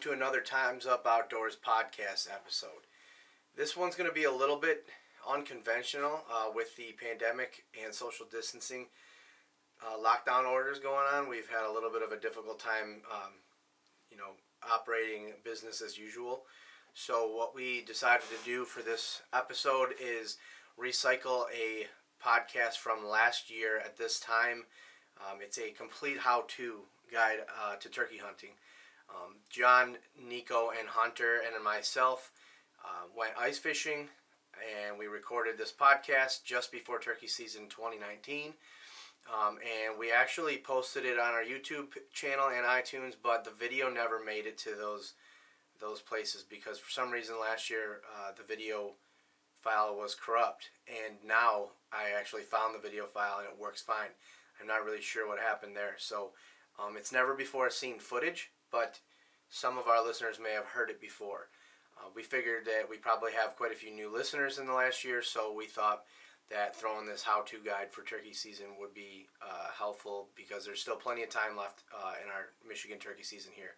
to another Time's Up Outdoors podcast episode. This one's going to be a little bit unconventional uh, with the pandemic and social distancing uh, lockdown orders going on. We've had a little bit of a difficult time, um, you know, operating business as usual. So, what we decided to do for this episode is recycle a podcast from last year at this time. Um, it's a complete how to guide uh, to turkey hunting. Um, John, Nico, and Hunter, and then myself uh, went ice fishing and we recorded this podcast just before turkey season 2019. Um, and we actually posted it on our YouTube channel and iTunes, but the video never made it to those those places because for some reason last year uh, the video file was corrupt, and now I actually found the video file and it works fine. I'm not really sure what happened there, so um, it's never before seen footage, but some of our listeners may have heard it before. Uh, we figured that we probably have quite a few new listeners in the last year, so we thought that throwing this how-to guide for turkey season would be uh, helpful because there's still plenty of time left uh, in our Michigan turkey season here.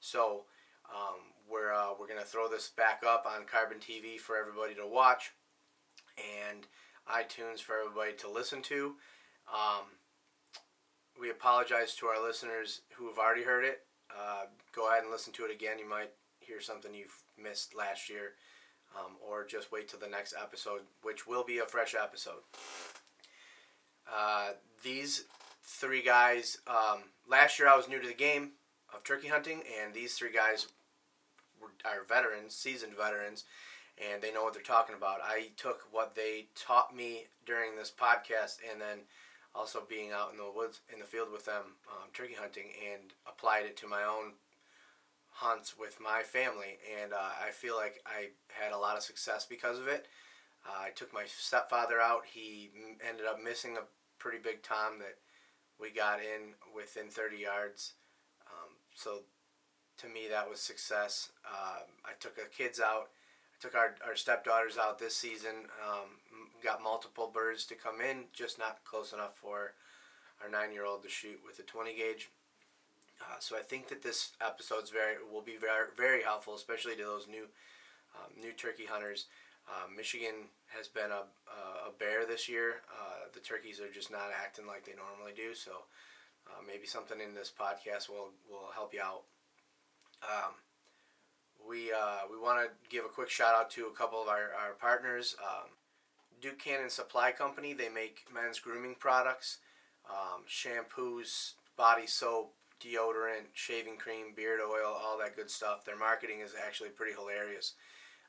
So um, we're uh, we're gonna throw this back up on Carbon TV for everybody to watch, and iTunes for everybody to listen to. Um, we apologize to our listeners who have already heard it. Uh, go ahead and listen to it again. You might hear something you've missed last year, um, or just wait till the next episode, which will be a fresh episode. Uh, these three guys, um, last year I was new to the game of turkey hunting, and these three guys were, are veterans, seasoned veterans, and they know what they're talking about. I took what they taught me during this podcast and then also being out in the woods in the field with them um, turkey hunting and applied it to my own hunts with my family and uh, i feel like i had a lot of success because of it uh, i took my stepfather out he m- ended up missing a pretty big tom that we got in within 30 yards um, so to me that was success um, i took the kids out i took our, our stepdaughters out this season um, m- got multiple birds to come in just not close enough for our nine year old to shoot with a 20 gauge uh, so I think that this episode's very will be very very helpful, especially to those new um, new turkey hunters. Uh, Michigan has been a, a bear this year. Uh, the turkeys are just not acting like they normally do. So uh, maybe something in this podcast will will help you out. Um, we uh, we want to give a quick shout out to a couple of our our partners. Um, Duke Cannon Supply Company. They make men's grooming products, um, shampoos, body soap, deodorant, shaving cream, beard oil, all that good stuff. Their marketing is actually pretty hilarious.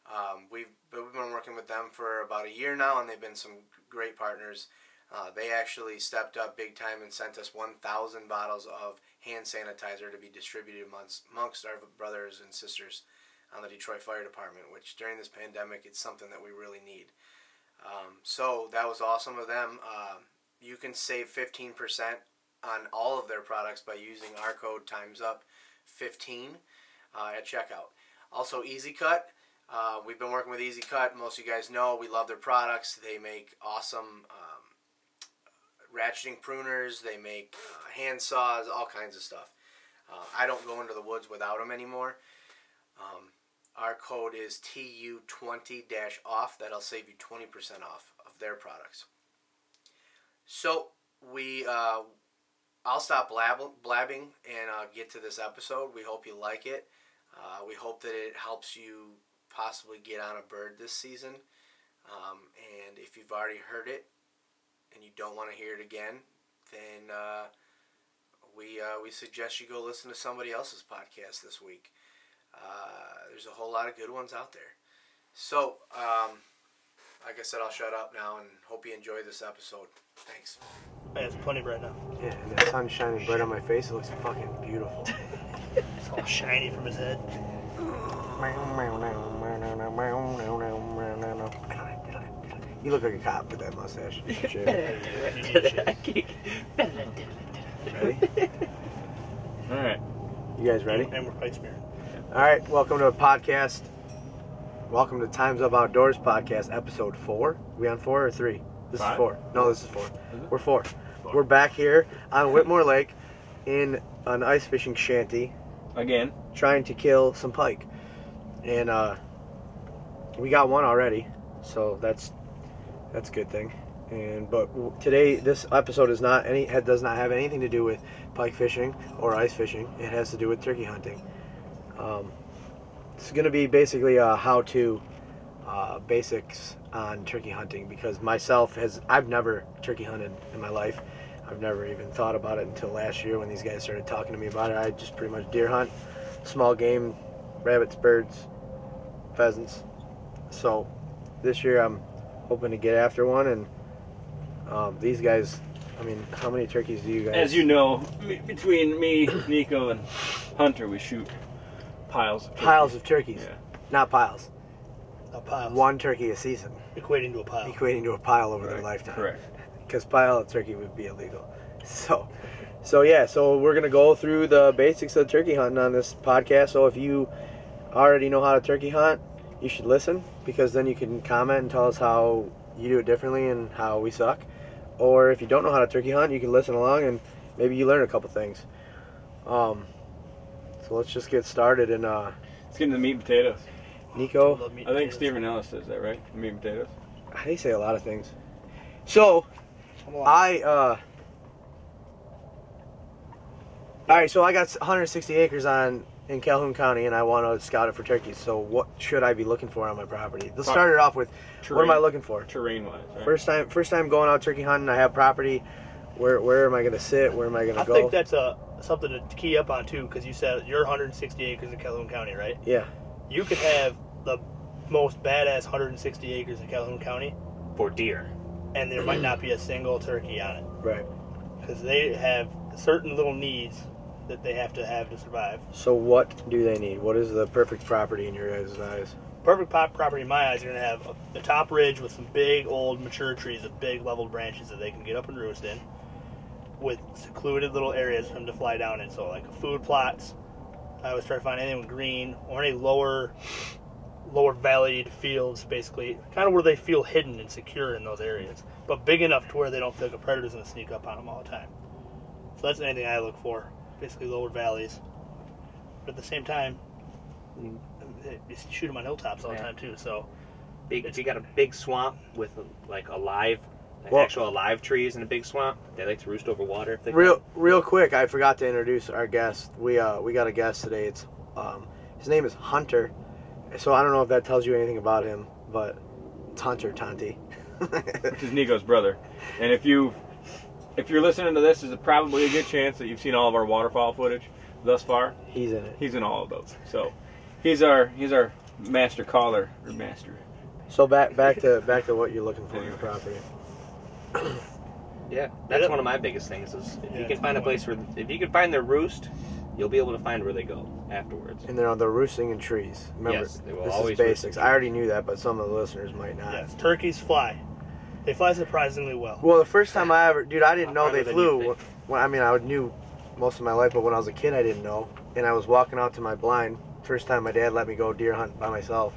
Um, we've, we've been working with them for about a year now, and they've been some great partners. Uh, they actually stepped up big time and sent us 1,000 bottles of hand sanitizer to be distributed amongst, amongst our brothers and sisters on the Detroit Fire Department, which during this pandemic, it's something that we really need. Um, so that was awesome of them. Um you can save 15% on all of their products by using our code times up 15 uh, at checkout. Also, Easy Cut. Uh, we've been working with Easy Cut. Most of you guys know we love their products. They make awesome um, ratcheting pruners. They make uh, hand saws, all kinds of stuff. Uh, I don't go into the woods without them anymore. Um, our code is TU20 off. That'll save you 20% off of their products. So we, uh, I'll stop blab- blabbing and uh, get to this episode. We hope you like it. Uh, we hope that it helps you possibly get on a bird this season. Um, and if you've already heard it and you don't want to hear it again, then uh, we uh, we suggest you go listen to somebody else's podcast this week. Uh, there's a whole lot of good ones out there. So, um, like I said, I'll shut up now and hope you enjoy this episode. Thanks. Yeah, it's plenty right now. Yeah, and the sun's shining bright on my face. It looks fucking beautiful. It's all shiny from his head. You look like a cop with that mustache. Shit. Ready? Alright. You guys ready? And we're pipe smearing. All right, welcome to a podcast. Welcome to Times Up Outdoors podcast, episode four. We on four or three? This is Five. four. No, this is four. it? We're 4 Four. We're back here on Whitmore Lake in an ice fishing shanty Again. trying to kill some pike, and uh, we got one already, so that's that's a good thing. And but w- today this episode is not any it does not have anything to do with pike fishing or ice fishing. It has to do with turkey hunting. Um, it's going to be basically a how-to uh, basics on turkey hunting because myself has I've never turkey hunted in my life. I've never even thought about it until last year when these guys started talking to me about it. I just pretty much deer hunt, small game, rabbits, birds, pheasants. So this year I'm hoping to get after one and um, these guys. I mean, how many turkeys do you guys? As you know, me- between me, Nico, and Hunter, we shoot piles of turkey. piles of turkeys, Yeah. not piles. A pile. One turkey a season, Equating to a pile. equating to a pile over their Correct, lifetime. Correct. because pile of turkey would be illegal. So, so yeah, so we're gonna go through the basics of turkey hunting on this podcast. So if you already know how to turkey hunt, you should listen because then you can comment and tell us how you do it differently and how we suck. Or if you don't know how to turkey hunt, you can listen along and maybe you learn a couple things. Um, so let's just get started. And uh, Let's get into the meat and potatoes. Nico, Love meat I think potatoes. Stephen Ellis says that, right? The meat and potatoes. they say a lot of things. So Come on. I uh All right, so I got 160 acres on in Calhoun County and I want to scout it for turkeys. So what should I be looking for on my property? Let's start it off with what am I looking for? Terrain wise, right? First time first time going out turkey hunting, I have property. Where where am I going to sit? Where am I going I to go? think that's a something to key up on too, because you said you're 160 acres in Calhoun County, right? yeah. You could have the most badass 160 acres in Calhoun County, for deer. and there might not be a single turkey on it, Right. because they have certain little needs that they have to have to survive. So what do they need? What is the perfect property in your guys' eyes? Perfect pop property in my eyes. You're gonna have the top ridge with some big old mature trees with big leveled branches that they can get up and roost in, with secluded little areas for them to fly down in. So like food plots. I always try to find anything with green or any lower, lower valleyed fields, basically, kind of where they feel hidden and secure in those areas, but big enough to where they don't feel like a predator's gonna sneak up on them all the time. So that's anything I look for, basically lower valleys. But at the same time, Mm. you shoot them on hilltops all the Yeah. time too. So Big, if you got a big swamp with like alive, like Well- actual alive trees in a big swamp, they like to roost over water. If they Real real quick, I forgot to introduce our guest. We uh we got a guest today. It's um his name is Hunter. So I don't know if that tells you anything about him, but it's Hunter Tanti. which is Nico's brother. And if you if you're listening to this, there's probably a good chance that you've seen all of our waterfall footage thus far. He's in it. He's in all of those. So he's our he's our master caller or master. So back back to back to what you're looking for in your property. Yeah, that's one of my biggest things is if Yeah, you can find a good place where if you can find their roost, you'll be able to find where they go afterwards. And then on the roosting and trees. Remember Yes, they will this is always roost basics. I already knew that, but some of the listeners might not. Yes, turkeys fly. They fly surprisingly well. Well, the first time I ever, dude, I didn't know Probably they the flew. new Well, I mean, I knew most of my life, but when I was a kid, I didn't know. And I was walking out to my blind. First time my dad let me go deer hunt by myself.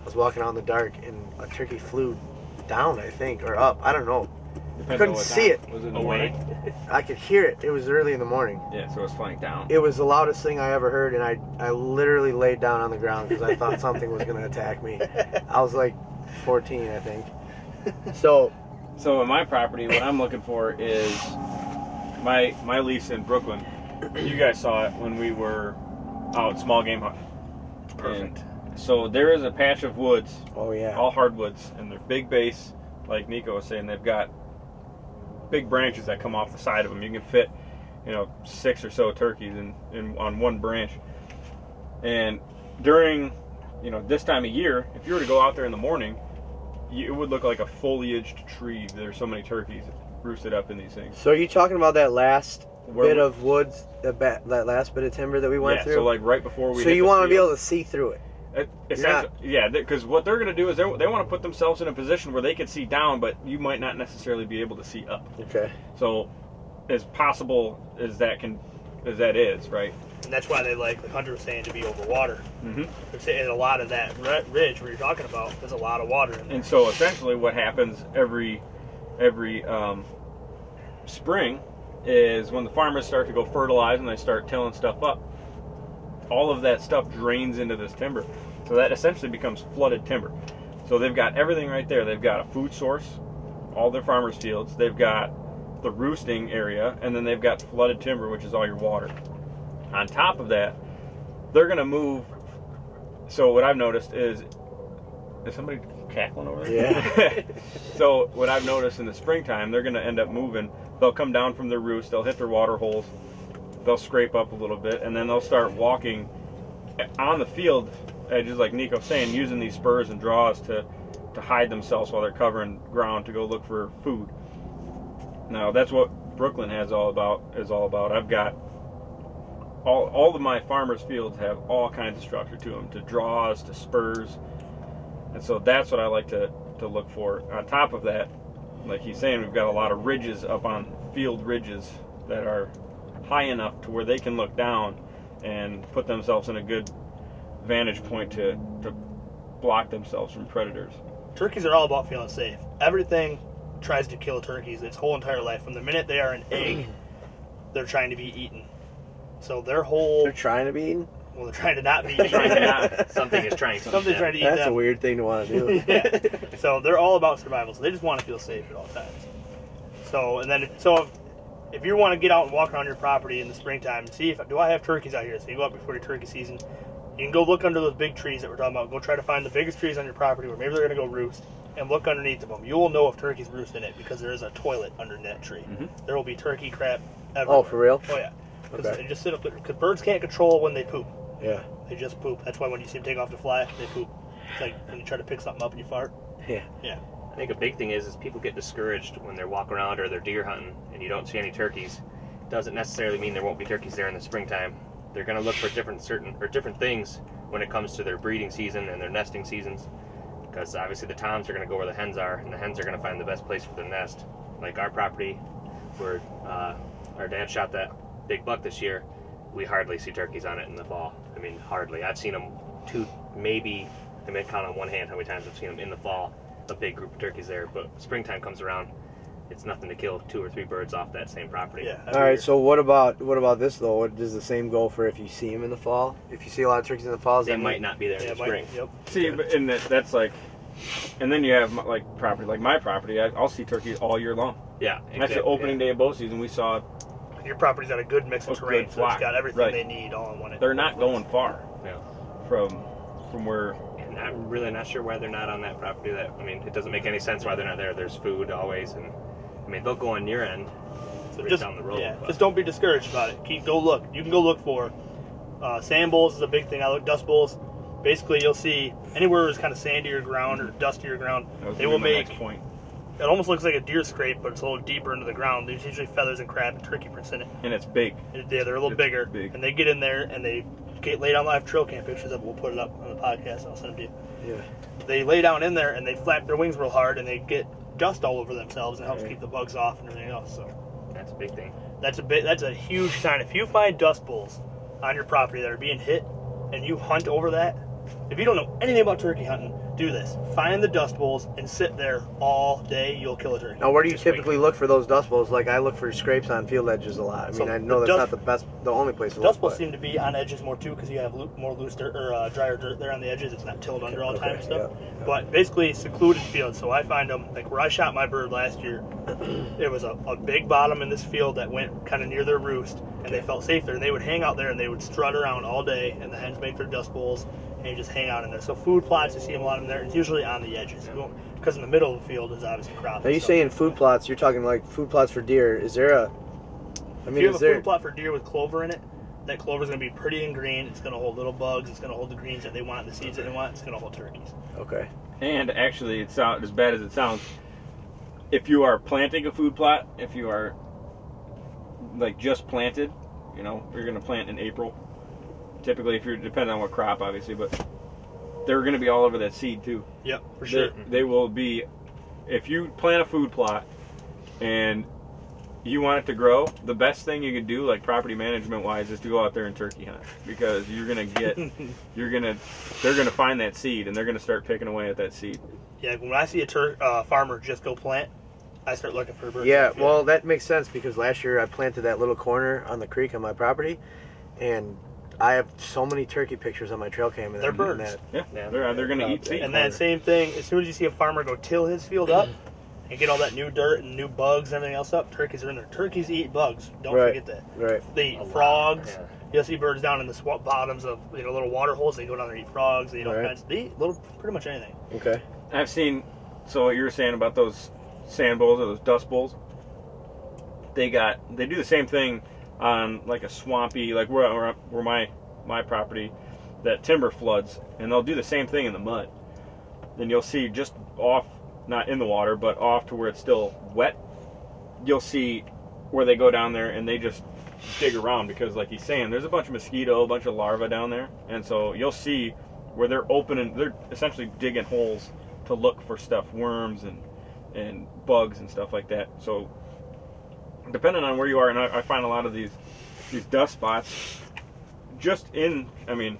I was walking out in the dark, and a turkey flew down, I think, or up. I don't know. Depends on Couldn't what see time. Was it in the Away. morning? I could hear it. It was early in the morning. Yeah, so it's flying down. It was the loudest thing I ever heard, and I I literally laid down on the ground because I thought something was gonna attack me. I was like 14, I think. So So on my property, what I'm looking for is my my lease in Brooklyn. You guys saw it when we were out small game hunting. Perfect. So there is a patch of woods oh yeah, all hardwoods and they're big base like nico was saying they've got big branches that come off the side of them you can fit you know six or so turkeys in, in on one branch and during you know this time of year if you were to go out there in the morning you, it would look like a foliaged tree there's so many turkeys roosted up in these things So are you talking about that last Where bit we- of woods, that, ba- that last bit of timber that we went yeah, through? so like right before we So hit you the want to be field. able to see through it. It- essentially- yeah, because what they're going to do is they're- they want to put themselves in a position where they can see down, but you might not necessarily be able to see up. Okay. So, as possible as that can, as that is, right? And that's why they like, like Hunter was saying, to be over water. Mm-hmm. They're saying a lot of that ri- ridge where you're talking about, there's a lot of water in there. And so, essentially, what happens every every um, spring is when the farmers start to go fertilize and they start tilling stuff up. all of that stuff drains into this timber. So that essentially becomes flooded timber. So they've got everything right there. They've got a food source, all their farmers' fields. They've got the roosting area, and then they've got flooded timber, which is all your water. On top of that, they're going to move. So what I've noticed is, is somebody cackling over there? Yeah. so what I've noticed in the springtime, they're going to end up moving. They'll come down from their roost. They'll hit their water holes. They'll scrape up a little bit, and then they'll start walking on the field, uh, just like Nico's saying, using these spurs and draws to to hide themselves while they're covering ground to go look for food. Now that's what Brooklyn has all about is all about. I've got all all of my farmers' fields have all kinds of structure to them, to draws, to spurs, and so that's what I like to to look for. On top of that, like he's saying, we've got a lot of ridges up on field ridges that are high enough to where they can look down and put themselves in a good vantage point to to block themselves from predators. Turkeys are all about feeling safe. Everything tries to kill turkeys its whole entire life. From the minute they are an egg, they're trying to be eaten. So their whole They're trying to be eaten. well, they're trying to not be eaten. Trying to not- Something is trying to. Something's trying to eat That's a them. weird thing to want to do. yeah. So they're all about survival. So they just want to feel safe at all times. So and then if, so if, if you want to get out and walk around your property in the springtime and see if do I have turkeys out here, so you go out before your turkey season. You can go look under those big trees that we're talking about. Go try to find the biggest trees on your property where maybe they're going to go roost and look underneath of them. You will know if turkeys roost in it because there is a toilet under that tree. There will be turkey crap everywhere. Oh, for real? Oh, yeah. Because Okay. they just sit up there. Because birds can't control when they poop. Yeah. They just poop. That's why when you see them take off to fly, they poop. It's like when you try to pick something up and you fart. Yeah. Yeah. I think a big thing is is people get discouraged when they're walking around or they're deer hunting and you don't see any turkeys. Doesn't necessarily mean there won't be turkeys there in the springtime. They're going to look for different certain or different things when it comes to their breeding season and their nesting seasons. Because obviously the toms are going to go where the hens are, and the hens are going to find the best place for their nest. Like our property, where uh, our dad shot that big buck this year, we hardly see turkeys on it in the fall. I mean, hardly. I've seen them two, maybe I may count on one hand how many times I've seen them in the fall. A big group of turkeys there, but springtime comes around, it's nothing to kill two or three birds off that same property. Yeah. All right. So what about what about this though? What, does the same go for if you see them in the fall? If you see a lot of turkeys in the fall, does They that might mean- not be there in Yeah, the Mike- spring. Yep. See, but and that, that's like, and then you have like property, like my property. I, I'll see turkeys all year long. Yeah, That's the exactly, opening yeah. day of bow season. We saw Your property's got a good mix of A terrain, good so it's flock. got everything Right. they need all in one. they're not going far Yeah. from from where. And I'm really not sure why they're not on that property. That I mean, it doesn't make any sense why they're not there. There's food always, and I mean they'll go on your end, so Just, down the road. yeah, but- just don't be discouraged about it. Keep go look. You can go look for uh, sand bowls is a big thing. I look dust bowls. Basically, you'll see anywhere it's kind of sandy or ground or dusty or ground, that was they gonna will be my make. next point. It almost looks like a deer scrape, but it's a little deeper into the ground. There's usually feathers and crab and turkey prints in it. and it's big. Yeah, they're a little It's bigger, big. and they get in there and they get laid down. I have trail cam pictures of. it. We'll put it up on the podcast. I'll send them to you. Yeah. They lay down in there and they flap their wings real hard and they get dust all over themselves and it helps keep the bugs off and everything else. So that's a big thing. that's a bit. That's a huge sign. If you find dust bowls on your property that are being hit and you hunt over that, if you don't know anything about turkey hunting, do this. Find the dust bowls and sit there all day. You'll kill a turkey. Now, where do you Just wait. typically look for those dust bowls? Like I look for scrapes on field edges a lot. I mean, So, I know the that's dust- not the best, the only place to Dust look. bowls but- seem to be on edges more too because you have loo- more loose dirt or uh, drier dirt there on the edges. It's not tilled under all the time and Okay, stuff. yeah, But basically, secluded fields. So I find them like where I shot my bird last year. It was a, a big bottom in this field that went kind of near their roost, and they felt safe there. And they would hang out there and they would strut around all day. And the hens make their dust bowls and you just hang out in there. So food plots, you see 'em a lot in there. It's usually on the edges because in the middle of the field is obviously crops. Now you and stuff. saying food plots? You're talking like food plots for deer. Is there a? I if mean, you have is a there? food plot for deer with clover in it, that clover's going to be pretty and green. It's going to hold little bugs. It's going to hold the greens that they want, the seeds that they want. It's going to hold turkeys. Okay. And actually, it's out as bad as it sounds. If you are planting a food plot, if you are like just planted, you know, you're gonna plant in April. Typically, if you're depending on what crop, obviously, but they're gonna be all over that seed too. Yep, for They- sure. They will be. If you plant a food plot and you want it to grow, the best thing you can do, like property management wise, is to go out there and turkey hunt because you're gonna get, you're gonna, they're gonna find that seed and they're gonna start picking away at that seed. Yeah, when I see a tur- uh, farmer just go plant, I start looking for birds. in Yeah. the field. Well, that makes sense because last year I planted that little corner on the creek on my property, and I have so many turkey pictures on my trail cam. And They're and birds. Yeah, Yeah. they're they're gonna eat And seeds. And that same thing, as soon as you see a farmer go till his field up and get all that new dirt and new bugs and everything else up, turkeys are in there. Turkeys eat bugs. Don't Right. forget that. Right. They A eat lot, frogs. yeah. You'll see birds down in the swamp bottoms of you know little water holes. They go down there and eat frogs. They eat all Right. kinds. They eat little, pretty much anything. Okay. I've seen. So what you were saying about those sand bowls or those dust bowls? They got they do the same thing on like a swampy like where where, where my my property that timber floods and they'll do the same thing in the mud. And you'll see just off not in the water but off to where it's still wet. You'll see where they go down there and they just dig around because like he's saying there's a bunch of mosquito, a bunch of larvae down there. And so you'll see where they're opening they're essentially digging holes to look for stuff, worms and and bugs and stuff like that. So depending on where you are, and I, I find a lot of these these dust spots just in, I mean,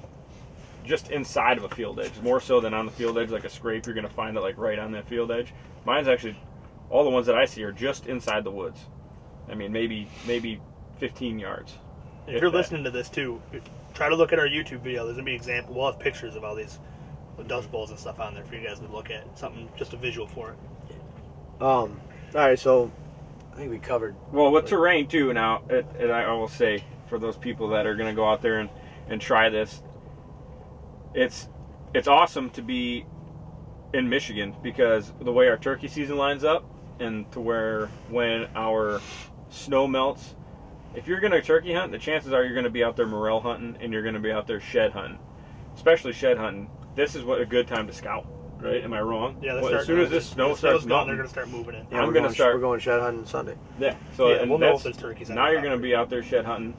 just inside of a field edge, more so than on the field edge. Like a scrape, you're gonna find it like right on that field edge. Mine's actually all the ones that I see are just inside the woods. I mean, maybe maybe 15 yards. If, If you're that. listening to this too, try to look at our YouTube video. There's gonna be example. We'll have pictures of all these dust bowls and stuff on there for you guys to look at. Something just a visual for it. Um. All right. So, I think we covered. Well, with terrain too. Now, it, and I will say for those people that are going to go out there and, and try this, it's it's awesome to be in Michigan because the way our turkey season lines up, and to where when our snow melts, if you're going to turkey hunt, the chances are you're going to be out there morel hunting and you're going to be out there shed hunting, especially shed hunting. This is what a good time to scout, right? Am I wrong? Yeah. they're Well, as starting- soon as this snow the snow's starts gone, melting, they're gonna start moving in. Yeah, I'm we're gonna going, start- We're going shed hunting Sunday. yeah. So yeah, and we'll know if there's that's- turkeys. on now the you're going to be out there shed hunting,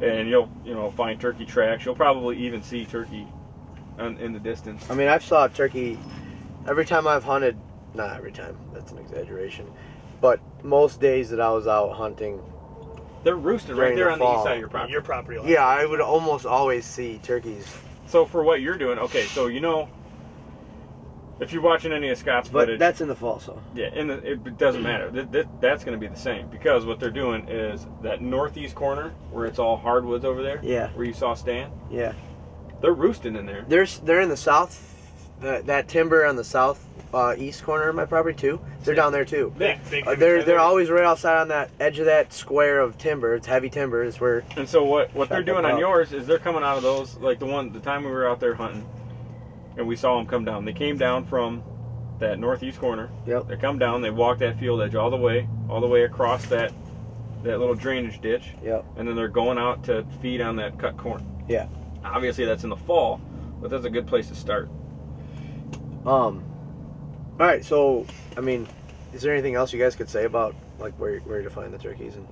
and you'll you know find turkey tracks. You'll probably even see turkey on, in the distance. I mean, I've saw turkey every time I've hunted. Not every time. That's an exaggeration. But most days that I was out hunting, They're roosted During right there the on the fall. east side of your property. property. Your property. line. yeah, I would almost always see turkeys. So for what you're doing, okay. So you know, if you're watching any of Scott's But footage, that's in the fall, so yeah, and the, it doesn't matter. Th- th- that's going to be the same because what they're doing is that northeast corner where it's all hardwoods over there, yeah, where you saw Stan. yeah. They're roosting in there. There's they're in the south. That, that timber on the south uh, east corner of my property too. They're down there too. Yeah. Big, big Uh, they're image. they're always right outside on that edge of that square of timber. It's heavy timber. It's where And so what what they're Shut them doing on up. yours is they're coming out of those like the one the time we were out there hunting, and we saw them come down. They came down from that northeast corner. Yep. They come down. They walk that field edge all the way, all the way across that that little drainage ditch. Yep. And then they're going out to feed on that cut corn. Yeah. Obviously that's in the fall, but that's a good place to start. um. All right, so I mean, is there anything else you guys could say about like where where to find the turkeys and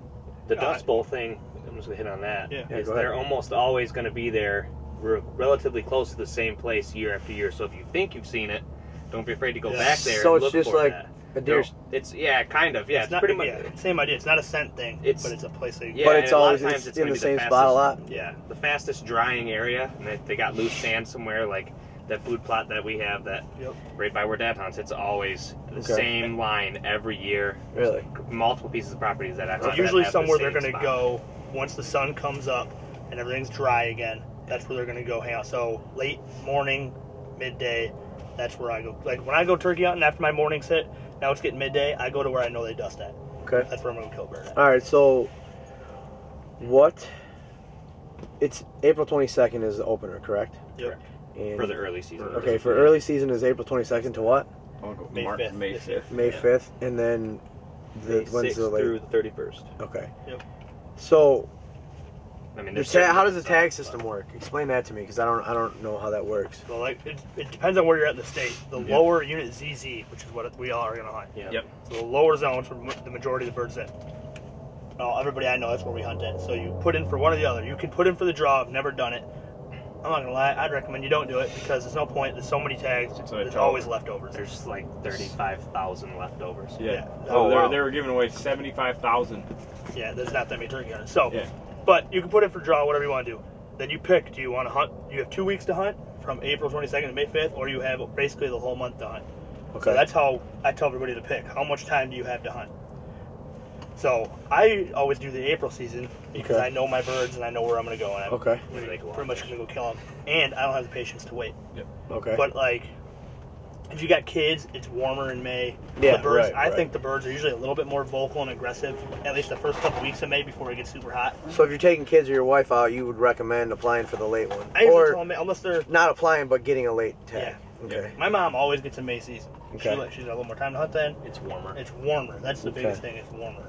The God. Dust Bowl thing, I'm just gonna hit on that. Yeah. Yeah, is go they're ahead. almost always gonna be there, re- relatively close to the same place year after year. So if you think you've seen it, don't be afraid to go Yeah. back there. So and it's look just for like that. a deer? No, it's yeah, kind of yeah. It's, it's not pretty much yeah, same idea. It's not a scent thing, It's- but it's a place that you yeah. but and it's a lot of always times it's it's in gonna the be the same spot a lot. yeah the fastest drying area. And they, they got loose sand somewhere like that food plot that we have that Yep. right by where Dad hunts. It's always the Okay. same line every year. Really? Multiple pieces of properties that I've So hunted usually have the somewhere they're going same to spot. go once the sun comes up and everything's dry again. That's where they're going to go hang out. So late morning, midday, that's where I go. Like when I go turkey hunting after my morning sit, now it's getting midday. I go to where I know they dust at. Okay. That's where I'm going to kill a bird. At. All right, so what? It's April 22nd is the opener, correct? Yep. And for the early season. Okay, for early season is April 22nd to what? I'll go May Mar- 5th. May This 5th. May Yeah. 5th, and then the, May when's 6th the late? through the 31st. Okay. Yep. So I mean, the there's ta- certain how does the things I- tag system work? Explain that to me, because I don't I don't know how that works. So like it, it depends on where you're at in the state. The Yep. lower unit ZZ, which is what we all are going to hunt. Yeah. Yep. So the lower zone for m- the majority of the birds that. Oh, everybody I know that's where we hunt at. So you put in for one or the other. You can put in for the draw. I've never done it. I'm not gonna lie. I'd recommend you don't do it because there's no point. There's so many tags. It's like there's always leftovers. There's like 35,000 leftovers. Yeah. Yeah. Oh, Oh, they were- wow. they were giving away seventy-five thousand. Yeah, there's not that many turkey on it. So, Yeah. but you can put in for draw, whatever you want to do. Then you pick. Do you want to hunt? You have two weeks to hunt from April 22nd to May 5th, or you have basically the whole month to hunt. Okay. So that's how I tell everybody to pick. How much time do you have to hunt? So I always do the April season because Okay. I know my birds and I know where I'm going to go, and I'm Okay. Where they go pretty out. much going to go kill them. And I don't have the patience to wait. Okay. But like, if you got kids, it's warmer in May. Yeah, the birds. right, I right. think the birds are usually a little bit more vocal and aggressive. At least the first couple weeks of May before it gets super hot. so if you're taking kids or your wife out, you would recommend applying for the late one, I usually or tell them unless they're. not applying but getting a late tag. Yeah. Okay. My mom always gets a May season. She Okay. She, she's got a little more time to hunt then. It's warmer. It's warmer. That's the Okay. biggest thing. It's warmer.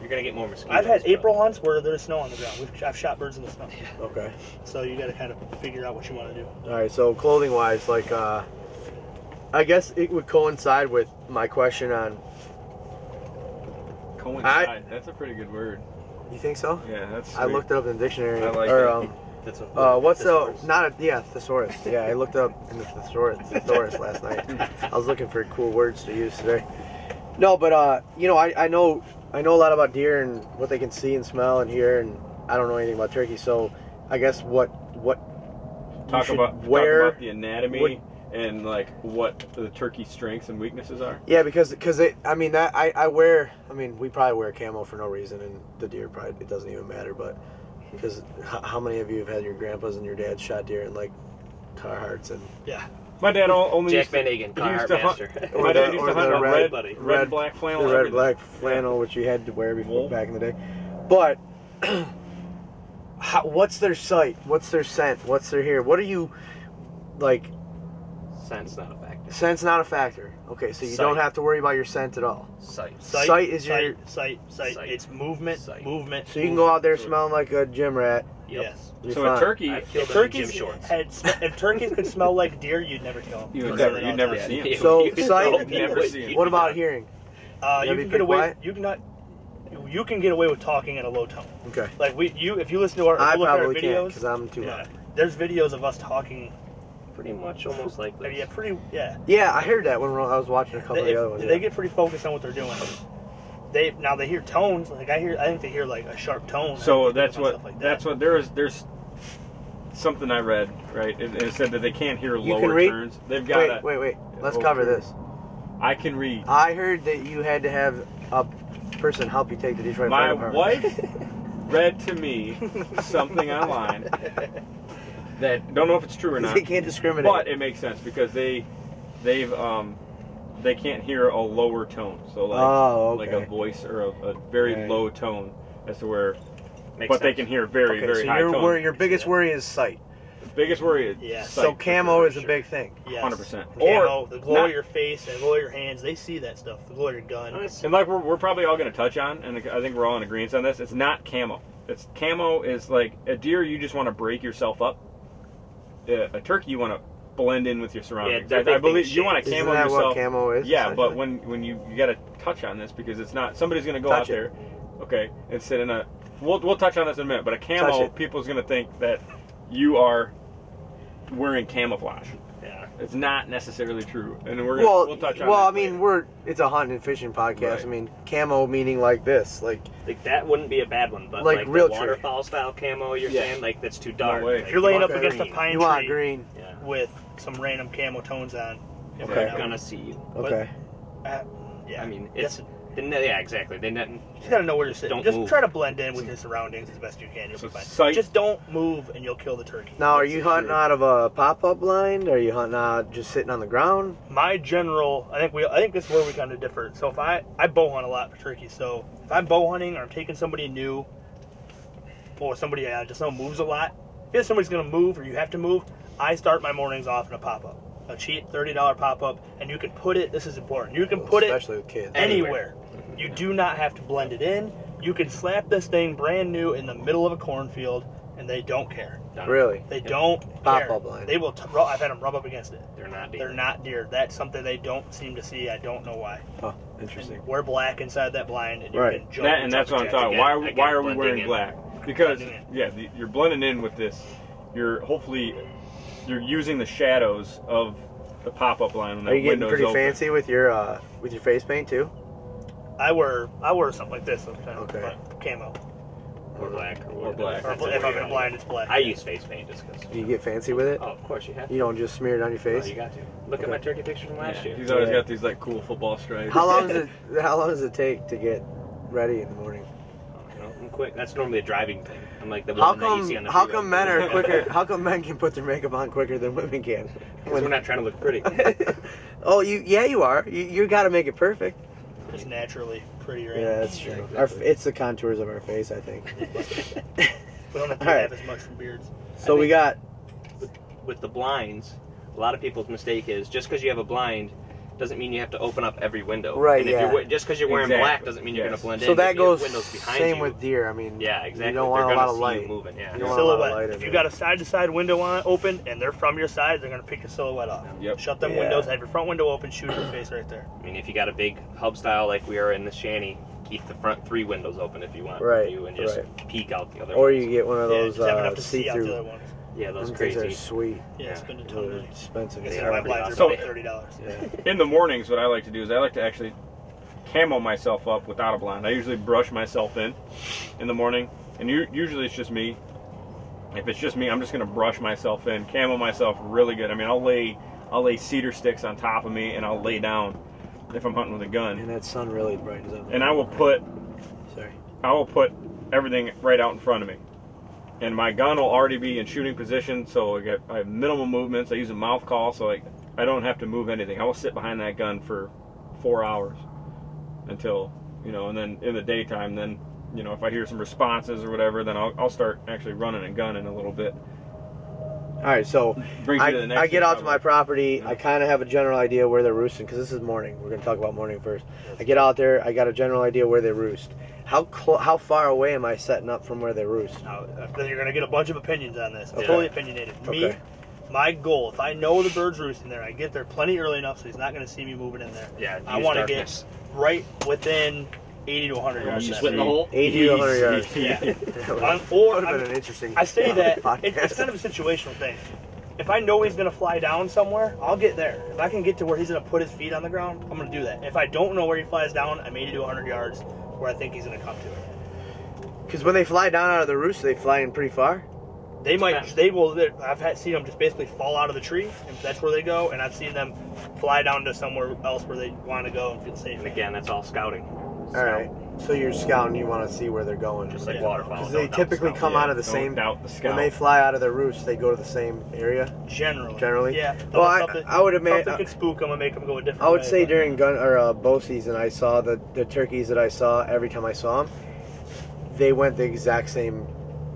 You're gonna get more mosquitoes. I've had probably. April hunts where there's snow on the ground. We've, I've shot birds in the snow. Okay. So you got to kind of figure out what you want to do. All right. So clothing wise, like, uh, I guess it would coincide with my question on. Coincide. that's a pretty good word. You think so? Yeah, that's. I looked it up in the dictionary. I like or it. um, That's a- uh, what's the thesaurus. not a yeah thesaurus? Yeah, I looked up in the thesaurus thesaurus last night. I was looking for cool words to use today. No, but uh, you know, I, I know I know a lot about deer and what they can see and smell and hear, and I don't know anything about turkey. So I guess what what you talk should about wear. talk about the anatomy what- and like what the turkey's strengths and weaknesses are. Yeah, because because it. I mean that I, I wear. I mean we probably wear camo for no reason, and the deer probably it doesn't even matter. But because h- how many of you have had your grandpas and your dads shot deer in like Carhartts and My dad o- only Jack used to, Van Agen, he used Carhartt to hunt- master. Or my the- dad used or to hunt the on red- red, buddy. red, red- black flannel. the red everything. black flannel, which you had to wear before Wool. back in the day? But how, what's their sight? What's their scent? What's their hear? What are you like? Scent's not a factor. Scent's not a factor. Okay, so you Sight. don't have to worry about your scent at all. Sight. Sight is sight, your- sight, sight, Sight. It's movement, Sight. movement. So you can go out there smelling like a gym rat. Yep. Yes. You're So fine. a turkey, I you feel If those gym turkeys, shorts. had, sm- if turkeys could smell like deer, you'd never kill them. Turkey. would never, you'd never see him. So, You sight- don't You'd never know see it. him. What about hearing? Uh, You gotta be you can get pretty away. quiet. You can not. You can get away with talking at a low tone. Okay, Like we, you, if you listen to our, I look at our probably can't videos, because I'm too loud. yeah, there's videos of us talking. Pretty much, almost like Like, yeah, this. pretty. Yeah, Yeah, I heard that when I was watching a couple they, of the other if- ones. they yeah. get pretty focused on what they're doing. They now they hear tones. Like I hear, I think they hear like a sharp tone. I So think they that's think what about stuff like that's what there is. There's something I read right. It, it said that they can't hear You lower can read? turns. They've got. wait, wait, a, wait. Let's Oh, cover sure. this. I can read. I heard that you had to have a person help you take the Detroit Fire My Department. wife read to me something online that don't know if it's true or not. They can't discriminate. But it makes sense because they they've um they can't hear a lower tone, so like Oh, okay. like a voice or a, a very Right. low tone as to where, Makes but they sense. can hear very okay, very so high your tone. worry, your biggest worry is sight. The biggest worry is Yeah, sight, So for camo sure. is a big thing. Yes. 100%. Or Or the glow not- of your face, the glow of your hands, they see that stuff. The glow of your gun. Honestly, And like we're, we're probably all going to touch on, and I think we're all in agreement on this. It's not camo. It's camo is like a deer. You just want to break yourself up. Uh, A, a turkey, you want to blend in with your surroundings. they're I, I big believe things you want to Isn't camo that yourself. what camo is? Yeah, but essentially? when when you you got to touch on this because it's not somebody's going to go Touch it. out there, okay, and sit in a. We'll we'll touch on this in a minute, but a Touch camo it. people's going to think that you are wearing camouflage. yeah. It's not necessarily true, and we're gonna, well, we'll touch on. well, that I mean, later. we're it's a hunting and fishing podcast. Right. I mean, camo meaning like this, like Like that wouldn't be a bad one, but Like like, real real tree. waterfowl style camo, you're Yeah. saying like that's too dark. way. Like, If you're laying up Okay. against a green, pine you want tree green. yeah, with some random camo tones on, they're Okay. not gonna see you. Okay, yeah, I mean, Yes. it's then they- yeah, exactly. They didn't. you gotta know where you're sitting. Don't Just move. try to blend in with your surroundings as best you can. You'll So be fine. sight- Just don't move, and you'll kill the turkey. now are That's you hunting true. out of a pop-up blind? Are you hunting out just sitting on the ground? My general, I think we, I think this is where we kind of differ. So if I, I bow hunt a lot for turkeys. So if I'm bow hunting or I'm taking somebody new, or somebody I just know moves a lot, if somebody's gonna move or you have to move, I start my mornings off in a pop up, a cheap thirty dollar pop up, and you can put it. This is important. You can put it especially with kids. anywhere. You do not have to blend it in. You can slap this thing brand new in the middle of a cornfield, and they don't care. Done. Really? They don't Pop care. up line. They will. T- rub, I've had them rub up against it. They're not. Deep. They're not deer. That's something they don't seem to see. I don't know why. Oh, And interesting. we're black inside that blind, and you Right. can jump That, and that's what I'm jump talking. again, Why again, why are we blending wearing in. black? Because Blending yeah, the, you're blending in with this. You're hopefully you're using the shadows of the pop-up line when that Are you getting window's pretty open. fancy with your uh, with your face paint too? again. I wear I wear something like this sometimes, Okay. but camo. Or black. Or, whatever. black. Or if That's a I'm weird in a idea. blind, it's black. I use face paint just because. Do you get fancy with it? Oh, of course you have. To. You don't just smear it on your Oh, face. you got to look at my turkey pictures from Yeah, last year. he's always Yeah. got these like cool football stripes. How long does it? How long does it take to get ready in the morning. You know, Oh, I'm quick. That's normally a driving thing. I'm like the How woman that you come? see on the How freeway. come men are quicker? How come men can put their makeup on quicker than women can? 'Cause we're not trying to look pretty. oh, you yeah, you are. You, you got to make it perfect. It's naturally prettier. Yeah, that's true. Our, f- it's the contours of our face, I think. We don't have to All right. have as much from beards. So we got With the blinds, a lot of people's mistake is just because you have a blind doesn't mean you have to open up every window. Right, And yeah. if you're, we- just because you're wearing Exactly. black doesn't mean you're Yes. going to blend in. so that If you have goes windows behind same you, with deer. I mean, Yeah, exactly. You don't They're want a gonna lot of see light. You moving, yeah. You don't want a lot of light Silhouette. in If you there. got a side to side window on open and they're from your side, they're gonna pick your silhouette off. Yep. Shut them Yeah. windows. Have your front window open. Shoot your face right there. I mean, if you got a big hub style like we are in the shanty, keep the front three windows open if you want. Right, You and just peek out the other. or ones. you get one of yeah, those just have uh, enough to see out the see-through. other ones. yeah, those Them things are crazy. sweet. Yeah, Yeah. spend a ton of They're money. expensive. It's It's Yeah, yeah, my everybody blinds else. are about thirty dollars. Yeah. In the mornings, what I like to do is I like to actually camo myself up without a blind. I usually brush myself in in the morning, and u- usually it's just me. If it's just me, I'm just gonna brush myself in, camo myself really good. I mean, I'll lay I'll lay cedar sticks on top of me, and I'll lay down if I'm hunting with a And gun, that sun really brightens up. and I will put Sorry. I will put everything right out in front of me. And my gun will already be in shooting position, so I, get, I have minimal movements. I use a mouth call, so I, I don't have to move anything. I will sit behind that gun for four hours until, you know, and then in the daytime, then, you know, if I hear some responses or whatever, then I'll, I'll start actually running and gunning a little bit. All right, so Brings you to the I, next I get thing, out to my probably. property. Yeah. I kind of have a general idea where they're roosting because this is morning. We're going to talk about morning first. I get out there. I got a general idea where they roost. How cl- how far away am I setting up from where they roost? Now, uh, then you're gonna get a bunch of opinions on this. Okay. Totally opinionated. Me, Okay. my goal, if I know the bird's roosting there, I get there plenty early enough so he's not gonna see me moving in there. Yeah, I use want to darkness. get right within eighty to hundred yards. of Just that. with the hole? 80 to 100 yards. Yeah. That would I'm- or have I'm- been an interesting. I say that it, podcast. it's kind of a situational thing. If I know he's gonna fly down somewhere, I'll get there. If I can get to where he's gonna put his feet on the ground, I'm gonna do that. If I don't know where he flies down, I'm 80 to 100 yards where I think he's gonna come to. Because when they fly down out of the roost, they fly in pretty far. They might, Depends. they will. they're- I've had seen them just basically fall out of the tree, and that's where they go. And I've seen them fly down to somewhere else where they want to go and feel safe. And again, that's all scouting. All right. So you're scouting. You want to see where they're going. Just like Yeah. waterfowl. Because don't they doubt typically scout. come out of the Don't same. doubt the scout. When they fly out of their roost, they go to the same area. Generally, Generally? yeah. Well, I- Something- I would imma- something could spook them and make them go a different. I would way, say but- during gun or uh, bow season, I saw the the turkeys that I saw every time I saw them. They went the exact same.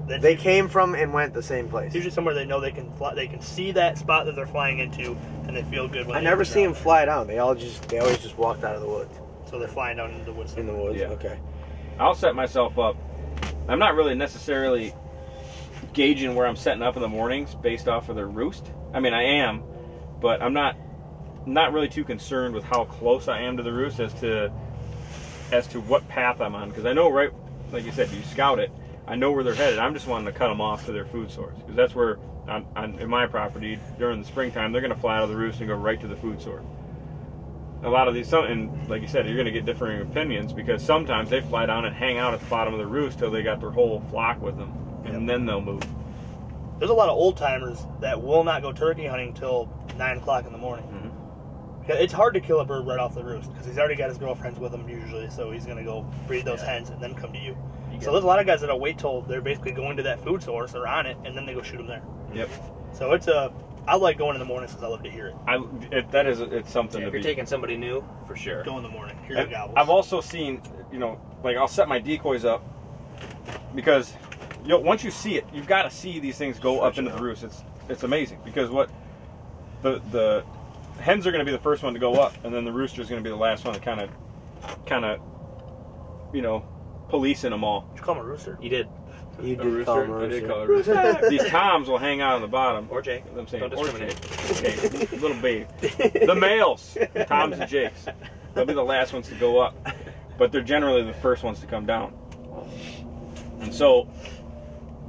that's They came from and went the same place. It's usually somewhere they know they can fly, they can see that spot that they're flying into, and they feel good. When I they never hit the see them ground. fly down. They all just they always just walked out of the woods So they're flying down into the woods. in the woods. Yeah. Okay. I'll set myself up. I'm not really necessarily gauging where I'm setting up in the mornings based off of their roost. I mean, I am, but I'm not not really too concerned with how close I am to the roost as to as to what path I'm on because I know right, like you said, you scout it. I know where they're headed. I'm just wanting to cut them off to their food source because that's where on, on, in my property during the springtime they're going to fly out of the roost and go right to the food source a lot of these some and like you said you're going to get differing opinions because sometimes they fly down and hang out at the bottom of the roost till they got their whole flock with them and Yep. then they'll move There's a lot of old timers that will not go turkey hunting till nine o'clock in the morning. Mm-hmm. Yeah, It's hard to kill a bird right off the roost because he's already got his girlfriends with him usually, so he's gonna go breed those hens and then come to you. You So get- there's a lot of guys that'll wait till they're basically going to that food source or on it, and then they go shoot them there. yep So it's a I like going in the morning since I love to hear it. I, it, that is it's something If to you're be taking somebody new, for sure. Go in the morning, hear the And gobbles. I've also seen, you know, like I'll set my decoys up because you know, once you see it, you've got to see these things go up into the roost. It's it's amazing because what the the hens are going to be the first one to go up, and then the rooster is going to be the last one to kind of kind of you know policing them all. Did you call him a rooster? You did. You A did call 'em a I did rooster. call it a rooster. These toms will hang out on the bottom. Or Jake. I'm saying Don't or discriminate. Jake. Okay, little baby. The males, toms and jakes. They'll be the last ones to go up, but they're generally the first ones to come down. And so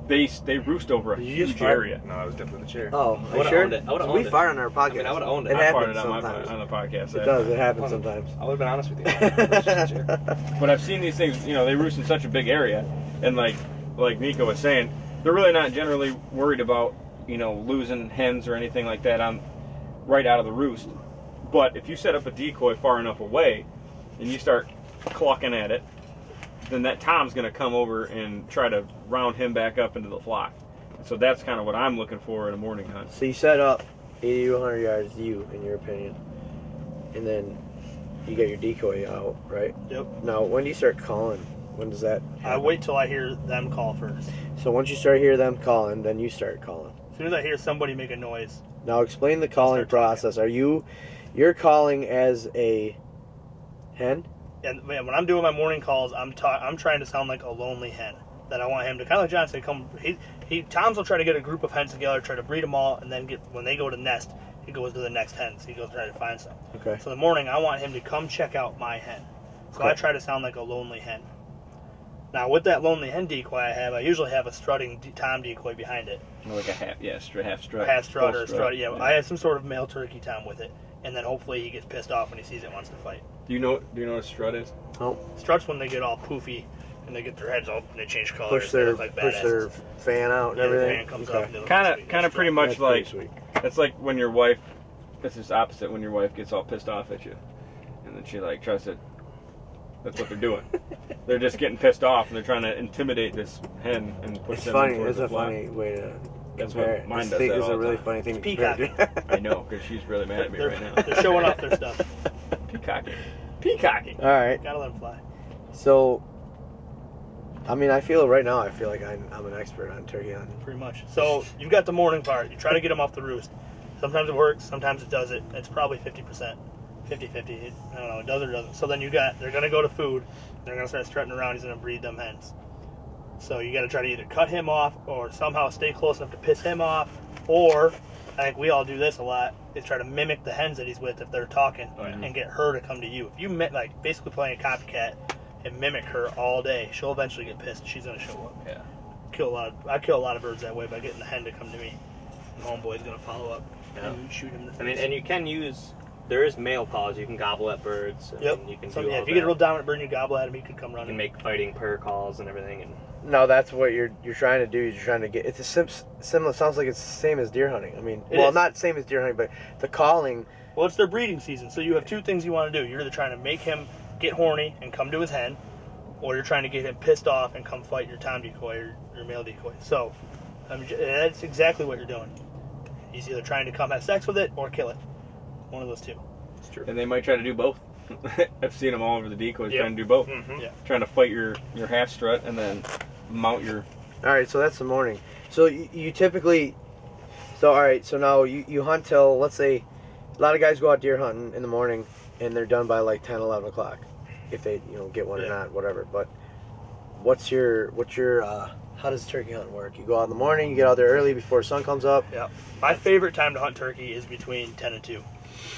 they they roost over a Did you huge just fart? area. No, I was definitely the chair. Oh, I are you would've sure? owned it. I would've we owned it. fire on our podcast. I mean, I would've owned it. It I farted happens on, my, sometimes. on the podcast. It does. It happens sometimes. I would have been honest with you. I But I've seen these things, you know, they roost in such a big area, and like like Nico was saying, they're really not generally worried about you know losing hens or anything like that on right out of the roost. But if you set up a decoy far enough away, and you start clucking at it, then that tom's going to come over and try to round him back up into the flock. So that's kind of what I'm looking for in a morning hunt. So you set up 80 to 100 yards, you, in your opinion, and then you get your decoy out, right? Yep. Now, when do you start calling? When does that? I wait till I hear them call first. So once you start hear them calling, then you start calling. As soon as I hear somebody make a noise, Now, explain the calling Start talking. process. Are you, you're calling as a hen? and man, when I'm doing my morning calls, I'm ta- I'm trying to sound like a lonely hen. That I want him to kind of like John said, come. He, he Tom's will try to get a group of hens together, try to breed them all, and then get when they go to nest, he goes to the next hens. He goes try to find some. Okay. So in the morning, I want him to come check out my hen. So I Okay. try to sound like a lonely hen. Now with that lonely hen decoy I have, I usually have a strutting de- Tom decoy behind it, Like a half, yeah, str- half strut. half strut full or strut. Yeah, I have some sort of male turkey Tom with it, and then hopefully he gets pissed off when he sees it wants to fight. Do you know? Do you know what a strut is? Oh, Struts when they get all poofy and they get their heads all and they change colors. Push they their look like push badasses. their fan out and Yeah, their everything. fan comes Okay. up. and they look Kind sweet. of, kind of, pretty much That's like pretty sweet. That's like when your wife. That's just opposite when your wife gets all pissed off at you, and then she like tries to. That's what they're doing. they're just getting pissed off, and they're trying to intimidate this hen and push It's them funny. towards It's the a flock. funny way to That's compare. what it. mine It's does. thi- that it's all a the really time. funny thing. It's to compare it to. I know, because she's really mad at me They're, right now. they're showing off their stuff. Peacocking. Peacocking. All right. Gotta let them fly. So, I mean, I feel right now. I feel like I'm, I'm an expert on turkey hunting. pretty much. So you've got the morning part. You try to get them off the roost. Sometimes it works, sometimes it doesn't. It's probably 50%, 50 50. I don't know, it does or doesn't. So then you got, they're going to go to food. They're going to start strutting around. He's going to breed them hens. So you got to try to either cut him off or somehow stay close enough to piss him off. Or, I think we all do this a lot, is try to mimic the hens that he's with if they're talking Oh, yeah. and get her to come to you. If you, mi- like, basically playing a copycat and mimic her all day, she'll eventually get pissed. She's going to show up Yeah. kill a lot. Of, I kill a lot of birds that way by getting the hen to come to me. And homeboy's gonna follow up Yeah. and shoot him. In the face. I mean, and you can use. There is male calls. You can gobble at birds. And yep. You can So, do yeah, all if you get a that. real dominant bird and you gobble at him, he could come You running. can make fighting purr calls and everything. And No, that's what you're you're trying to do. You're trying to get. It's a sim, similar. Sounds like it's the same as deer hunting. I mean, It well, is. not same as deer hunting, but the calling. well, it's their breeding season, so you have two things you want to do. You're either trying to make him get horny and come to his hen, or you're trying to get him pissed off and come fight your tom decoy or your male decoy. So, I mean, j- that's exactly what you're doing. He's either trying to come have sex with it or kill it. One of those two. it's true. And they might try to do both. I've seen them all over the decoys Yep. trying to do both. Mm-hmm. Trying to fight your, your half strut and then mount your. All right, so that's the morning. So you, you typically, so all right, so now you you hunt till let's say, a lot of guys go out deer hunting in the morning, and they're done by like 10, 11 o'clock, if they you know get one or Yeah. not, whatever. But what's your what's your uh, how does turkey hunting work? You go out in the morning, you get out there early before sun comes up. My favorite time to hunt turkey is between ten and two.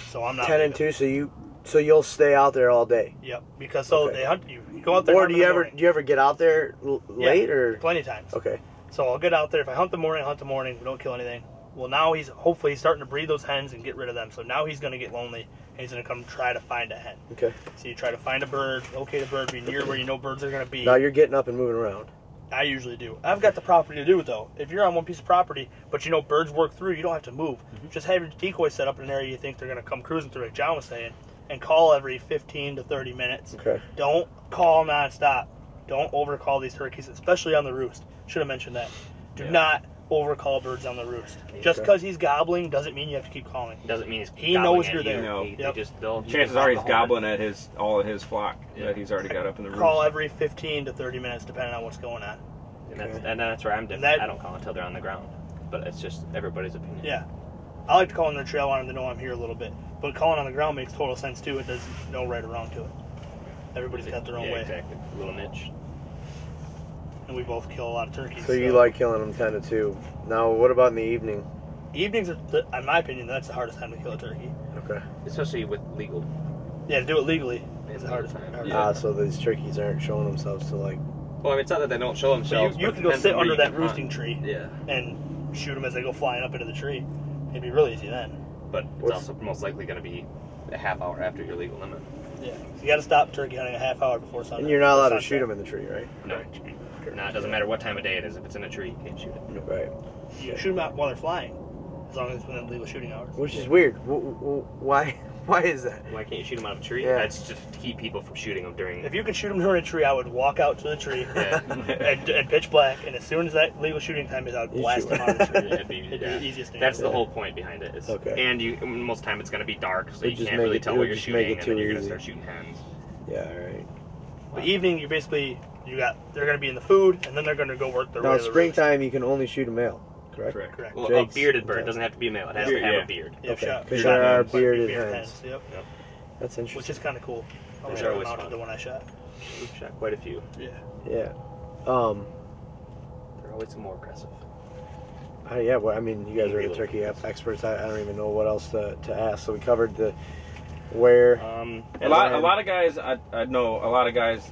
So I'm not Ten and two, leaving. so you so you'll stay out there all day. Yep, because so Okay. they hunt you. You go out there. Or hunt do in you the ever morning. do you ever get out there l- late or Plenty of times. okay? So I'll get out there. If I hunt the morning, I hunt the morning. We don't kill anything. Well, now he's hopefully he's starting to breed those hens and get rid of them. So now he's going to get lonely and he's going to come try to find a hen. Okay. So you try to find a bird, locate a bird, be near where you know birds are going to be. Now you're getting up and moving around. I usually do. I've got the property to do it though. If you're on one piece of property, but you know birds work through, you don't have to move. Mm-hmm. Just have your decoy set up in an area you think they're going to come cruising through, like John was saying, and call every 15 to 30 minutes. Okay. Don't call nonstop. Don't overcall these turkeys, especially on the roost. Should have mentioned that. Do Yeah. not overcall birds on the roost. Just because he's gobbling doesn't mean you have to keep calling. Doesn't mean he's He gobbling knows at you're you. there. No. He- they Yep. just, they'll, you Chances can are pop he's the horn. gobbling at his all of his flock Yeah. that he's already got up in the Call roof. every 15 to 30 minutes, depending on what's going on. And that's, Okay. and that's where I'm different. That- I don't call until they're on the ground. But it's just everybody's opinion. Yeah. I like to call on the trail. I want them to know I'm here a little bit. But calling on the ground makes total sense too. It does no right or wrong to it. Everybody's got their own yeah, way, Exactly. Little niche. and we both kill a lot of turkeys. So you like killing them ten to two. Now what about in the evening? evenings? Are the, in my opinion, that's the hardest time to kill a turkey. Okay. Especially with legal. Yeah, to do it legally is It's the hardest hard. time. Yeah. Ah, so these turkeys aren't showing themselves to like. Well, I mean, it's not that they don't show So themselves. you, you but can it go depends sit on where under you that hunt. roosting tree Yeah. and shoot them as they go flying up into the tree. It'd be real easy then. But it's What's- also most likely going to be a half hour after your legal limit. Yeah, you got to stop turkey hunting a half hour before sunset. And you're not allowed to sunset. shoot them in the tree, right? No. Nah, it doesn't matter what time of day it is. If it's in a tree, you can't shoot it. Right. You shoot them out while they're flying. as long as it's within legal shooting hours. which is weird. W- w- why? Why is that? Why can't you shoot them out of a tree? Yeah. That's just to keep people from shooting them during. If you could shoot them during a tree, I would walk out to the tree yeah, and, and pitch black, and as soon as that legal shooting time is, I would You shoot blast them out of the tree. It'd be- It'd yeah. be the easiest thing. That's to the do. whole point behind it. It's, Okay. And you most time it's going to be dark, so Would you just can't make really it- tell it what would you're just make shooting, it and then too you're going to easy. start shooting hens. Yeah. All right. The evening, you basically you got they're going to be in the food, and then they're going to go work their Now way. it's to the roost. springtime. You can only shoot a male, correct? Correct. Correct. Well, Jake's- a bearded bird okay. doesn't have to be a male. It has Beard, to have yeah. a beard. Yeah, Okay, shot- 'cause shot there are quite a few bearded bearded hens. hens, Yep. That's Which interesting. is kind of cool. I wish They're I always mounted fun. the one I shot. We've shot quite a few. Yeah. Yeah. Um. They're always more aggressive. I, yeah. Well, I mean, you guys are the Maybe. turkey ep- experts. I, I don't even know what else to, to ask. So we covered the where. Um, A lot, a lot of guys, I, I know a lot of guys.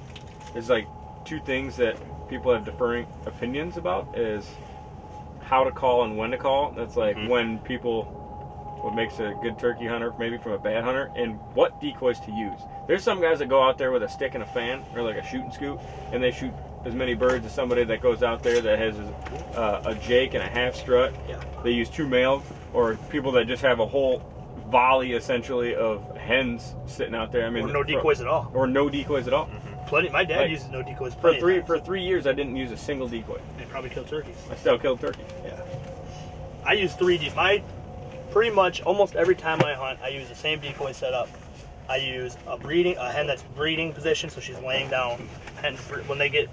There's like two things that people have differing opinions about is how to call and when to call. That's like Mm-hmm. Mhm. when people what makes a good turkey hunter maybe from a bad hunter and what decoys to use. There's some guys that go out there with a stick and a fan or like a shooting scoop and they shoot as many birds as somebody that goes out there that has uh, a jake and a half strut. Yeah. They use two males or people that just have a whole volley essentially of hens sitting out there. I mean, Or no for- decoys at all. Mm-hmm. or no decoys at all. Plenty. My dad Like, uses no decoys For plenty of three times. for three years, I didn't use a single decoy. They probably kill turkeys. I still killed turkeys. Yeah. I use three de- my pretty much almost every time I hunt, I use the same decoy setup. I use a breeding a hen that's breeding position, so she's laying down. And for, when they get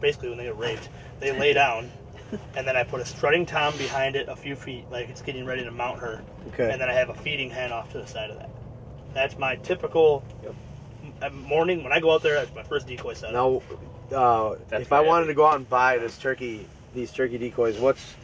basically when they get raped, they lay down, and then I put a strutting tom behind it a few feet, like it's getting ready to mount her, Okay. and then I have a feeding hen off to the side of that. That's my typical Yep. m- morning when I go out there. That's my first decoy setup. Now, uh, That's if I my wanted idea. to go out and buy this turkey, these turkey decoys, what's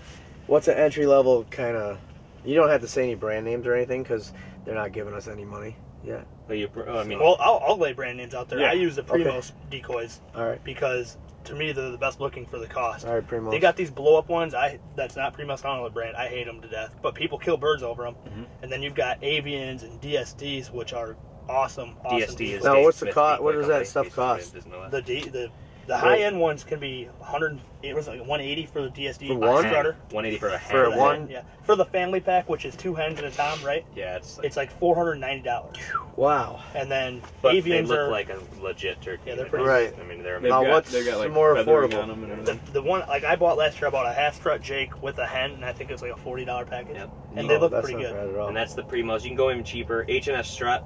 what's an entry level kind of? You don't have to say any brand names or anything because they're not giving us any money. well, you, oh, I mean, Well, I'll, I'll lay brand names out there. Yeah. I use the Okay. Primos decoys All right, because to me they're the best looking for the cost. all right, Primo. They got these blow up ones. I that's not Primos Honolulu brand. I hate them to death. But people kill birds over them. Mm-hmm. Mhm. And then you've got avians and DSDs, which are awesome. awesome DSD is. decoys. Now, what's the Smith co- Decoy what does that Company. stuff Jason cost? Smith doesn't know that. the D, the the high end ones can be 100. It was like 180 for the DSD For one? strutter. 180 for a hen. For the one? hen, yeah. For the family pack, which is two hens and a tom, right? Yeah, it's. Like, It's like 490 dollars. Wow. And then but avians they look are like a legit turkey. Yeah, they're Like, pretty- Right. I mean, they're. They've Now, got- what's they've got, like, more feathering affordable? on 'em and The, everything. the one like I bought last year, I bought a half strut Jake with a hen, and I think it was like a forty dollar package. Yep. And they Oh, look that's pretty not good. bad at all. And that's the Primos. You can go even cheaper. H&S Strut.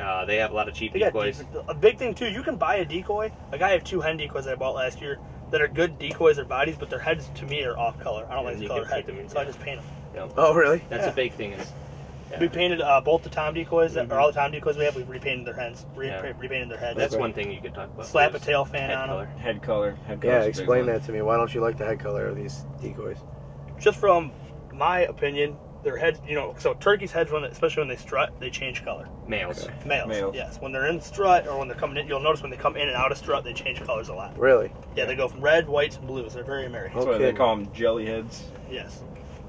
Uh, they have a lot of cheap They got decoys. decent- a big thing too. You can buy a decoy. Like I have two hen decoys I bought last year that are good decoys or bodies, but their heads to me are off color. I don't Yeah, like the you color can head, paint them, so I yeah. just paint them. Oh, really? That's Yeah. a big thing. Is Yeah. We painted uh, both the tom decoys that, or Mhm. all the tom decoys we have. We've repainted their heads, re- Yeah. re- repainted their heads. that's Okay. one thing you could talk about. Slap a is tail fan head on color. them, head color. Head color. Yeah, explain that to me. Why don't you like the head color of these decoys? just from my opinion. Their heads, you know, so turkeys' heads, when they- especially when they strut, they change color. Males. Males, Males. yes. When they're in strut or when they're coming in, you'll notice when they come in and out of strut, they change colors a lot. Really? Yeah, they go from red, whites, and blues. They're very American. That's why they Okay. call them jelly heads. Yes.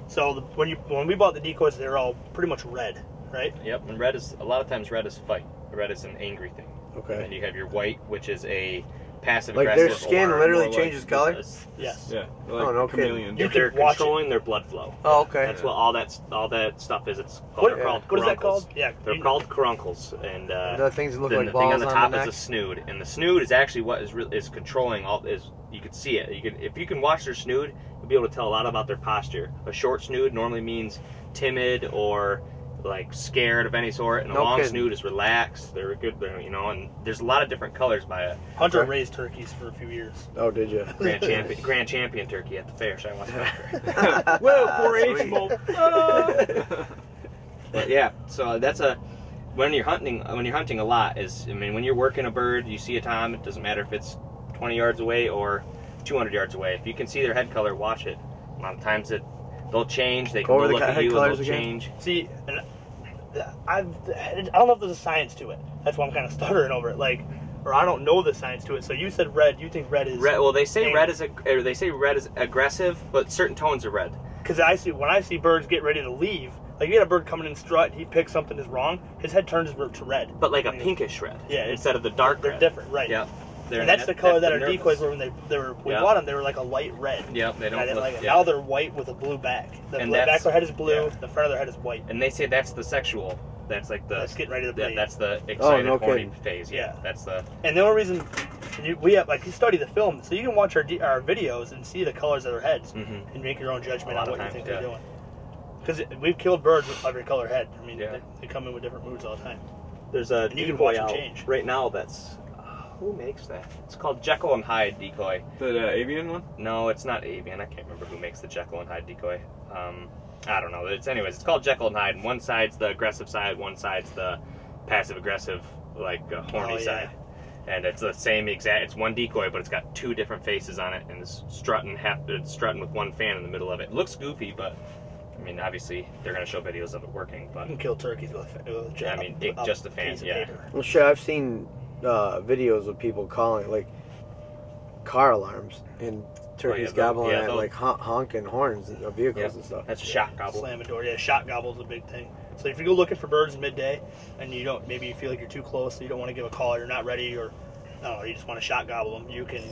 So the, when you when we bought the decoys, they were all pretty much red, right? Yep. And red is a lot of times red is fight. Red is an angry thing. And Okay. you have your white, which is a passive Like aggressive. their skin alarm. literally more like changes color. It's- Yes. Yeah. They're Oh, like no kidding. chameleons. You If they're can watch it. controlling their blood flow. Oh, okay. That's what all that all that stuff is. It's called, What, they're called what is that caruncles. called? Yeah, They're you- called caruncles, and uh, The things that look then like the balls thing on the top the is neck. a snood, and the snood is actually what is re- is controlling all. Is you can see it. You can if you can watch their snood, you'll be able to tell a lot about their posture. A short snood normally means timid or like scared of any sort, and a No long kidding. snood is relaxed. They're good, they're, you know. And there's a lot of different colors by a Hunter Okay. raised turkeys for a few years. oh, did you? grand champion, grand champion turkey at the fair. So I want to. Well, Ah, Oh, 4-H Sweet. bolt. But yeah, so that's a when you're hunting when you're hunting a lot is I mean when you're working a bird, you see a tom. It doesn't matter if it's 20 yards away or 200 yards away. If you can see their head color, watch it. A lot of times it they'll change. They Go can over go the look co- at head you and colors they'll again. change. See, and I've I don't know if there's a science to it. That's why I'm kind of stuttering over it. Like, or I don't know the science to it. So you said red. You think red is Red, well, they say Dang. red is a, or they say red is aggressive, but certain tones are red. Because I see when I see birds get ready to leave, like you get a bird coming in strut, he picks something is wrong, his head turns to red. But like a Yeah. pinkish red. Yeah, it's- instead of the dark They're red. different, right? Yeah. They're And that's ne- the color that they're our nervous. decoys were when they, they were we Yeah. bought them. They were like a light red. Yep, they And don't. I didn't look, like it. yeah. Now they're white with a blue back. The And blue, back that's- of their head is blue. yeah. The front of their head is white. and they say that's the sexual. That's like the That's getting ready to yeah, play. that's the excited no horny kidding. phase. Oh, Yeah, Yeah. that's the And the only reason you, we have, like you study the film, so you can watch our de- our videos and see the colors of their heads Mhm. and make your own judgment A on lot of what times, you think yeah. they're doing. Because we've killed birds with every color head. I mean, Yeah. they, they come in with different moods all the time. there's a And you can decoy watch 'em out change. right now. That's uh, who makes that? It's called Jekyll and Hyde decoy. The uh, avian one? No, it's not Avian. I can't remember who makes the Jekyll and Hyde decoy. Um, I don't know. It's anyways. It's called Jekyll and Hyde. And one side's the aggressive side. One side's the passive aggressive, like uh, horny Oh, yeah. side. And it's the same exact. It's one decoy, but it's got two different faces on it, and it's strutting half. It's strutting with one fan in the middle of it. Looks goofy, but I mean, obviously they're gonna show videos of it working. You But can kill turkeys with, a fa- with a, Yeah, I mean, it- a just the piece fans, of yeah. paper. Well, shit, I've seen uh, videos of people calling like car alarms and turkeys the- gobbling yeah, at the- like hon- honking horns of vehicles Yep. and stuff. that's a shock gobble. Slam a door. Yeah, shot gobble's a big thing. So if you go looking for birds midday, and you don't, maybe you feel like you're too close, so you don't want to give a call, you're not ready, or I don't know, you just want to shot gobble them. You can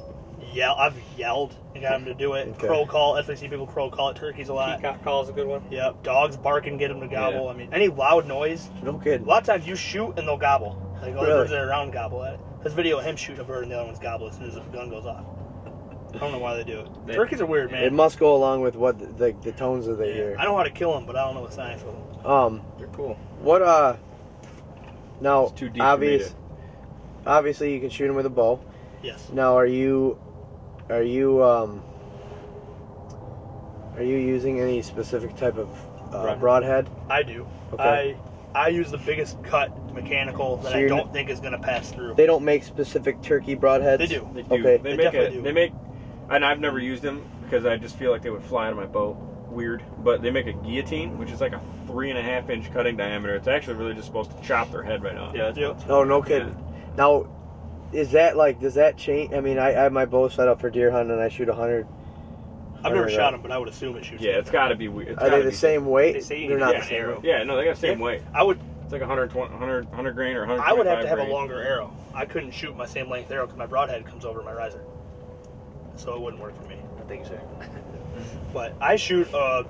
yell. I've yelled and got them to do it. Okay. Crow call. That's why I see people crow call at turkeys a lot. Peacock call is a good one. Yep. Dogs bark and get them to gobble. I mean, any loud noise. No A kidding. lot of times you shoot and they'll gobble. Like all the Really? birds that are around gobble at it. There's a video of him shooting a bird and the other one's gobble as soon as the gun goes off. I don't know why they do it. They- turkeys are weird, It man. must go along with what the, the, the tones of the year. I know how to kill them, but I don't know the science of them. Um, They're cool. what uh, now It's too deep for me obvious. to- Obviously, you can shoot them with a bow. Yes. Now, are you, are you, um, are you using any specific type of uh, Broadhead. broadhead? I do. Okay. I I use the biggest cut mechanical that So I you're don't think is going to pass through. They don't make specific turkey broadheads. They do. They do. Okay. They, They make a, definitely do. They make, and I've never used them because I just feel like they would fly out of my bow. Weird. But they make a guillotine, which is like a three and a half inch cutting diameter. It's actually really just supposed to chop their head right off. Yeah, Yeah. Oh no kidding. Now, is that like does that change? I mean, I, I have my bow set up for deer hunting, and I shoot hundred. I've never Or, uh, shot them, but I would assume it shoots. Yeah, it's got to be weird. It's Are gotta they the be- same weight? They say you They're need not to the have same. an arrow. Yeah, no, they got the same Yeah. weight. I would. It's like 120, 100, 100 grain or 100. I would have to have a longer arrow. I couldn't shoot my same length arrow because my broadhead comes over my riser, so it wouldn't work for me. I think so. But I shoot uh,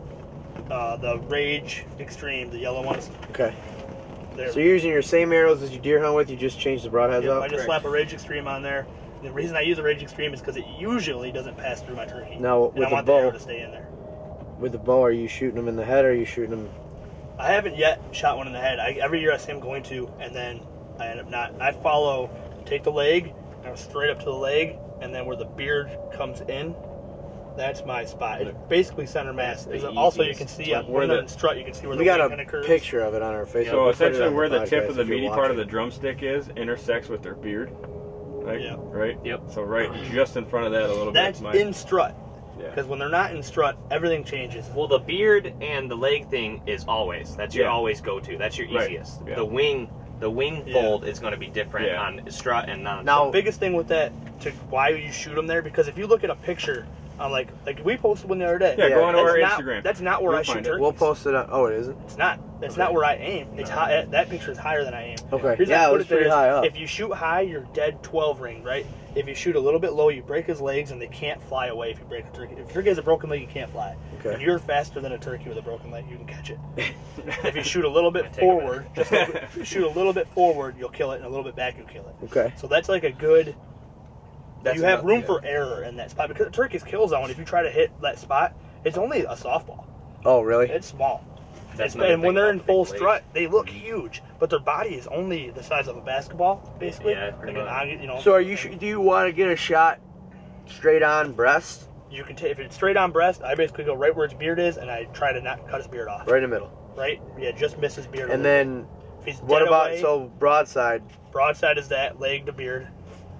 uh, the Rage Extreme, the yellow ones. Okay. They're, So you're using your same arrows as you deer hunt with. You just change the broadheads yeah, I up. just slap a Rage Extreme on there. The reason I use a Rage Extreme is because it usually doesn't pass through my turkey. Now, and with I the want the arrow bow- to stay in there. With the bow, are you shooting them in the head or are you shooting them? I haven't yet shot one in the head. I, every year I say I'm going to, and then I end up not. I follow, take the leg, and I'm straight up to the leg, and then where the beard comes in, that's my spot. It's basically center mass. That's the also, you easiest. can see Like up where where the- the strut. You can see where We the got wing kinda a curves. picture of it on our Facebook. So We'll put it essentially, on where the tip podcast of the if you're meaty part of the watching. drumstick is intersects with their beard. Like, Yeah. Right. Yep. So right, just in front of that a little That's bit. in strut. yeah. Because when they're not in strut, everything changes. Well, the beard and the leg thing is always that's your Yeah. always go to. That's your Right, easiest. yeah. The wing, the wing Yeah. fold is going to be different Yeah. on strut and non. Now- the biggest thing with that to why you shoot them there because if you look at a picture on like like we posted one the other day Yeah, Yeah, go on to that's our not, Instagram. that's not where You'll I shoot find it. turkeys We'll post it on. Oh, it isn't. It's not. That's not where I aim. It's No. high. That picture is higher than I aim. Okay. Here's yeah, how I it put was there pretty is, high up. If you shoot high, you're dead 12 ring, right? If you shoot a little bit low, you break his legs and they can't fly away if you break a turkey. If a turkey has a broken leg, you can't fly. Okay. If you're faster than a turkey with a broken leg, you can catch it. if you shoot a little I bit take it back. forward, just like, if you shoot a little bit forward, you'll kill it, and a little bit back, you'll kill it. Okay. So that's like a good. That's you have enough, room yeah. for error in that spot because a turkey's kill zone. If you try to hit that spot, it's only a softball. Oh, really? It's small. That's And- another and when thing they're about in the full big legs. strut, they look huge, but their body is only the size of a basketball, basically. Yeah, pretty Like an much. ong- you know. So are you? sh- Do you want to get a shot straight on breast, you can take if it's straight on breast. I basically go right where his beard is, and I try to not cut his beard off. Right? right in the middle, Yeah, just miss his beard. a and little then bit. if he's what dead about away, so broadside? broadside is that leg to beard.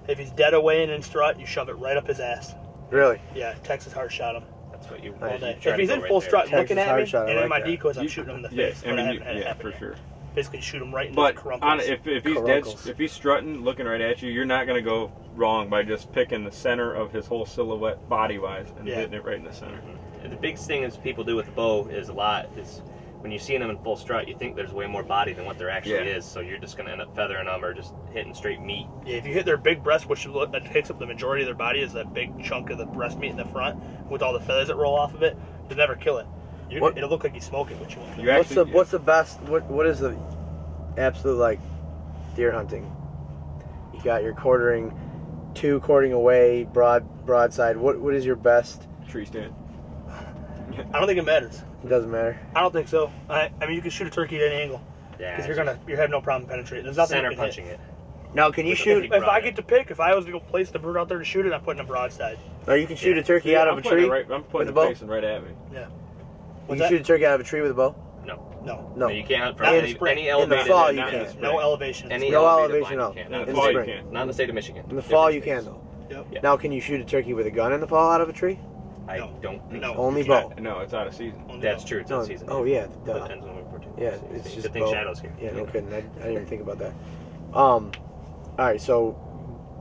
If he's dead away and in strut, you shove it right up his ass. Really? Yeah, Texas hard shot him That's what you. all you day. try If to he's go in right full there. strut, Texas looking at hard me, shot, I and in like my that. decoys, I'm You- shooting him in the face. Yes, I but mean, you, haven't had it yeah, happen for yet. sure. Basically, shoot him right in But the crumples. on, if if he's dead, Caruncles. if he's strutting, looking right at you, you're not gonna go wrong by just picking the center of his whole silhouette, body wise, and Yeah. Mm-hmm. hitting it right in the center. The biggest thing is people do with the bow is a lot is when you're seeing them in full strut, you think there's way more body than what there actually Yeah. is. So you're just gonna end up feathering them or just hitting straight meat. Yeah, if you hit their big breast, which look, that takes up the majority of their body, is that big chunk of the breast meat in the front with all the feathers that roll off of it. You'll never kill it. You, What- It'll look like you smoke it, which you won't. You what's actually, the what's the best? What what is the absolute like deer hunting? You got your quartering, two quartering away, broad broadside. What what is your best? tree stand? I don't think it matters. It doesn't matter. I don't think so. I, I mean, you can shoot a turkey at any angle Yeah, because you're gonna you have no problem penetrating. There's nothing you center can hit. punching it. Now, can you With a shoot? big- If I get to pick, if I was to go place the bird out there to shoot it, I'm putting a broadside. Or you can shoot a turkey out of I'm a putting it tree. Right, I'm with putting a it bow? facing right at me. You What's can that? shoot a turkey out of a tree with a bow. No, No, you can't hunt from Not in any, spring. any In the in the elevated. fall you not can. this- no elevation. any No elevated elevation, line, no. you can't. Not Not, in in the fall, you spring. can't. not in the state of Michigan. In the fall, you Different can states. though. Yep. Yeah. Now, can you shoot a turkey with a gun in the fall out of a tree? I No. don't think No. so. Only You bow. can't- No, it's out of season. Only That's no. true. It's No, in season. oh yeah, duh. But it ends on November 14th. Yeah, So it's you just Good thing bow. Shadow's here. Yeah, no kidding. I, I didn't even think about that. Um, all right, so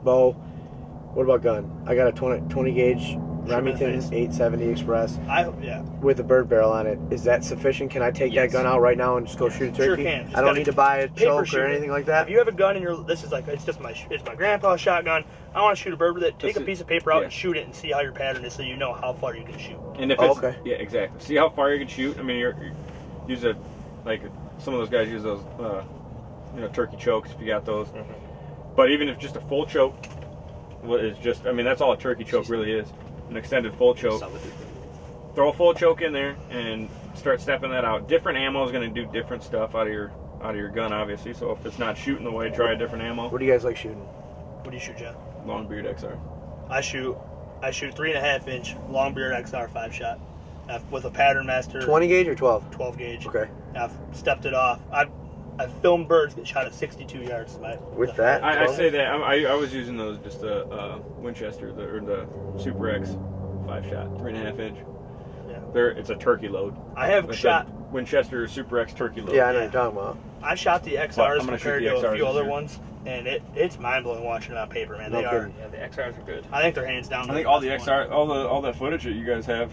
bow. What about gun? I got a 20, 20 gauge the Remington face. 870 Express I yeah. with a bird barrel on it. Is that sufficient? Can I take Yes. that gun out right now and just go shoot a Sure turkey? can. Just I don't gotta need to buy a paper choke shoot or it. anything like If that. you have a gun and you're this is like it's just my sh- it's my grandpa's shotgun. I want to shoot a bird with it. Take This a is- piece of paper out yeah. and shoot it and see how your pattern is, so you know how far you can shoot. And if Oh, it's okay. yeah, exactly. See how far you can shoot. I mean, you're, you use a like some of those guys use those uh, you know turkey chokes if you got those. Mhm. Mm-hmm. But even if just a full choke, what is just I mean that's all a turkey choke really is, an extended full choke. Solid. Throw a full choke in there and start stepping that out. Different ammo is going to do different stuff out of your out of your gun, obviously. So if it's not shooting the way, try a different ammo. What do you guys like shooting? What do you shoot, John? Long beard XR. I shoot I shoot three and a half inch long beard XR five shot uh, with a pattern master 20 gauge or 12? 12 gauge. Okay. I've stepped it off. I I filmed birds get shot at 62 yards. My, With that? I, I say that I, I, I was using those just the uh, Winchester the, or the Super X five shot three and a half inch. Yeah. There, it's a turkey load. I have Like shot. the Winchester Super X turkey load. Yeah, I know what you're talking about. I shot the Well, I'm XRs gonna shoot compared the to a XRs few this other year. ones, and it it's mind blowing watching it on paper, man. No They are. kidding. Yeah, the XRs are good. I think they're hands down. I think all the best one. XR, all the all that footage that you guys have.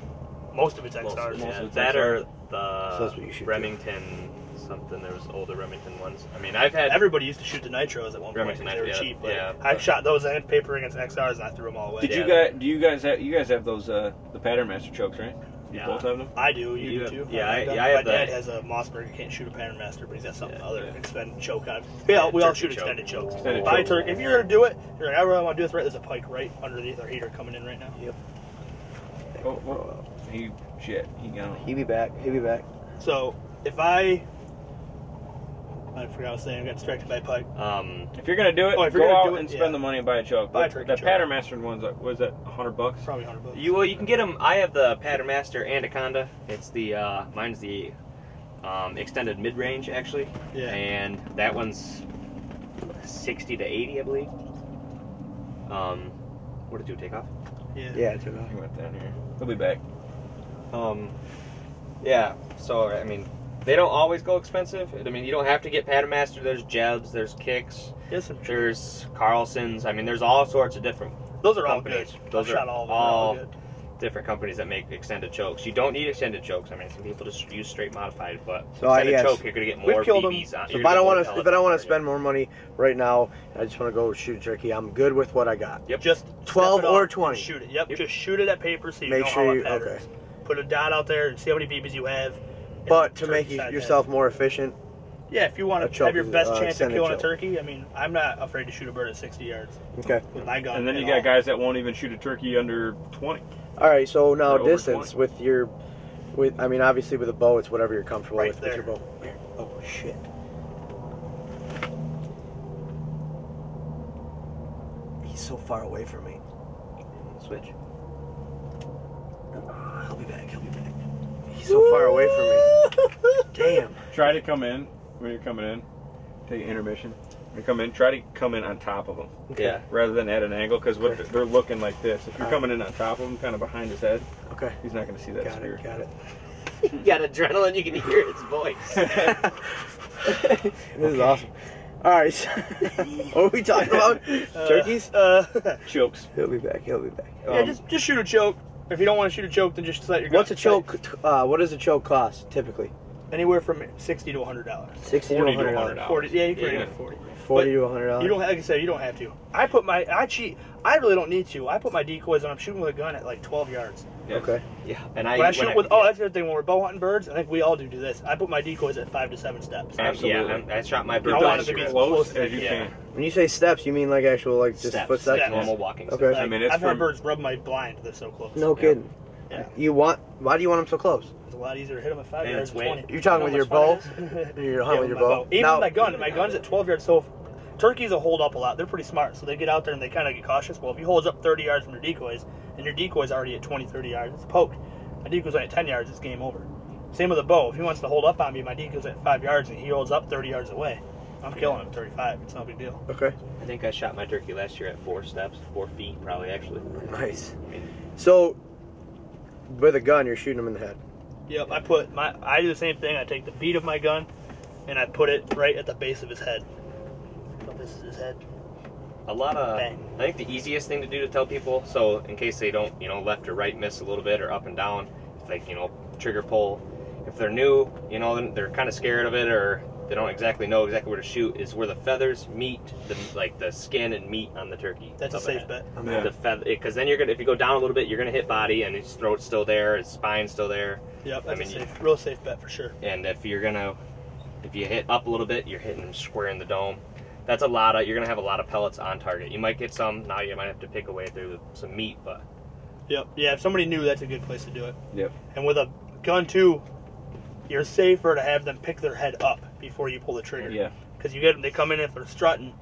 Most of it's Most XRs. of, yeah, of the that XRs. are So that's what you the should do. Remington something. There was older Remington ones. I mean, I've had Everybody used to shoot the nitros at one point Remington because they were nitro, yeah, cheap. But yeah. I shot those and paper against XRs, and I threw them all away. Did you Yeah. guys? Do you guys have? You guys have those uh, the Pattern Master chokes, right? You Yeah. both have them. I do. You You do have- too. yeah, I've I- done- yeah, I My have dad that. has a Mossberg. Can't shoot a pattern master, but he's got something Yeah, other yeah. extended choke on. We all, we all turkey shoot choke. extended chokes. Extended Buy a choke. tur- if you're gonna do it, you're like, I really want to do this. Right, there's a pike right underneath our heater coming in right now. Oh, oh, he shit. He gone. He be back. He be back. So if I, I forgot what I was saying. I got distracted by a pike. um, If you're gonna do it, Oh, if you're go gonna out do it, and yeah. spend the money and buy a choke. Buy a But turkey the choke. Pattern Master ones uh, was that hundred bucks? Probably hundred bucks. you well, you can get them. I have the Pattern Master and a Conda. It's the uh, mine's the um, extended mid range actually, yeah. and that one's sixty to eighty, I believe. Um, what did you take off? yeah. Yeah, it's enough. He went down here. He'll be back. Um, yeah. So I mean, they don't always go expensive. I mean, you don't have to get Pattern Master. There's Jebs. There's Kicks. Yes, some true. There's Carlson's. I mean, there's all sorts of different Those are all good. companies. I've Those are shot all of them. all- They're all good. different companies that make extended chokes. You don't need extended chokes. I mean, some people just use straight modified, but So, uh, extended yes. choke, you're gonna get We've more killed 'em. BBs on. So you're if I don't gonna get want more to, if pellets I don't on want it. to spend more money right now, I just want to go shoot a turkey. I'm good with what I got. Yep. Just step 12 it up or and 20. Shoot it. Yep. Yep. Just shoot it at paper so you Make know sure how you- it patterns. Put a dot out there and see how many BBs you have. and But to turkey make you, side yourself more efficient, head. Yeah, if you a want to choke have your is, uh, best chance of extended killing a choke. turkey, I mean, I'm not afraid to shoot a bird at 60 yards okay. with my gun. And then you at got all. guys that won't even shoot a turkey under twenty. All right. So now Or over distance 20. with your, with I mean obviously with a bow, it's whatever you're comfortable Right with. there. With your bow. Here. Oh shit. He's so far away from me. switch. He'll be back. He'll be back. He's so far away from me. Damn. Try to come in when you're coming in. Take intermission. When you come in, try to come in on top of them Yeah. rather than at an angle because what they're looking like this. If you're coming in on top of him, kind of behind his head, Okay. he's not going to see that Got spear. it. Got it. You got adrenaline. You can hear its voice. This is awesome. All right. So what are we talking about? Turkeys? Um, Uh, Chokes. Um, He'll be back. He'll be back. yeah, just, just shoot a choke. If you don't want to shoot a choke, then just let your gun. What's a choke? Uh, what does a choke cost typically? anywhere from sixty to hundred dollars. Sixty to Forty to hundred $100. dollars. Forty, yeah, you can Yeah. get forty. Forty to hundred You don't, dollars. like I said, you don't have to. I put my, I cheat. I really don't need to. I put my decoys on. I'm shooting with a gun at like 12 yards. Yeah. Okay. Yeah, and I When I when shoot with, oh, that's the other thing. When we're bow hunting birds, I think we all do do this. I put my decoys at five to seven steps. I'm- Absolutely. Yeah, I'm- I shot my bird. I Get want those it to be as last year. close close as you yeah. can. When you say steps, you mean like actual like just Steps, foot sections? normal walking. Okay. Like, I mean, it's I've from- had birds rub my blind. They're so close. No kidding. Yeah. You want? Why do you want them so close? It's a lot easier to hit them at five And yards. it's than wet. 20. You're talking You with know your bow? how much fun it is? You're Yeah, hunting with your my bow. Even Now- my gun. My gun's at 12 yards. So turkeys will hold up a lot. They're pretty smart. So they get out there and they kind of get cautious. Well, if you hold up 30 yards from your decoys and your decoy's already at 20, 30 yards, it's poked. My decoy's only at 10 yards, it's game over. Same with a bow. If he wants to hold up on me, my decoy's at 5 yards and he holds up 30 yards away. I'm killing him at 35. It's no big deal. Okay. I think I shot my turkey last year at four steps, four feet probably actually. Nice. So, with a gun, you're shooting them in the head. Yep, I put my I do the same thing. I take the bead of my gun and I put it right at the base of his head. So this is his head. A lot of. Bang. I think the easiest thing to do to tell people, so in case they don't, you know, left or right miss a little bit or up and down, if they, you know, trigger pull. If they're new, you know, then they're kind of scared of it or they don't exactly know exactly where to shoot, is where the feathers meet the like the skin and meat on the turkey. That's a Up ahead. safe bet. Yeah. The feather, because then you're gonna if you go down a little bit, you're gonna hit body and his throat's still there, his spine's still there, Yep, I that's mean, a you- safe, real safe bet for sure. and if you're gonna if you hit up a little bit, you're hitting him square in the dome. That's a lot of you're gonna have a lot of pellets on target. You might get some now. You might have to pick away through some meat, but Yep. Yeah, if somebody knew, that's a good place to do it. Yep. And with a gun too, you're safer to have them pick their head up before you pull the trigger. Yeah. Because you get them, they come in if they're strutting.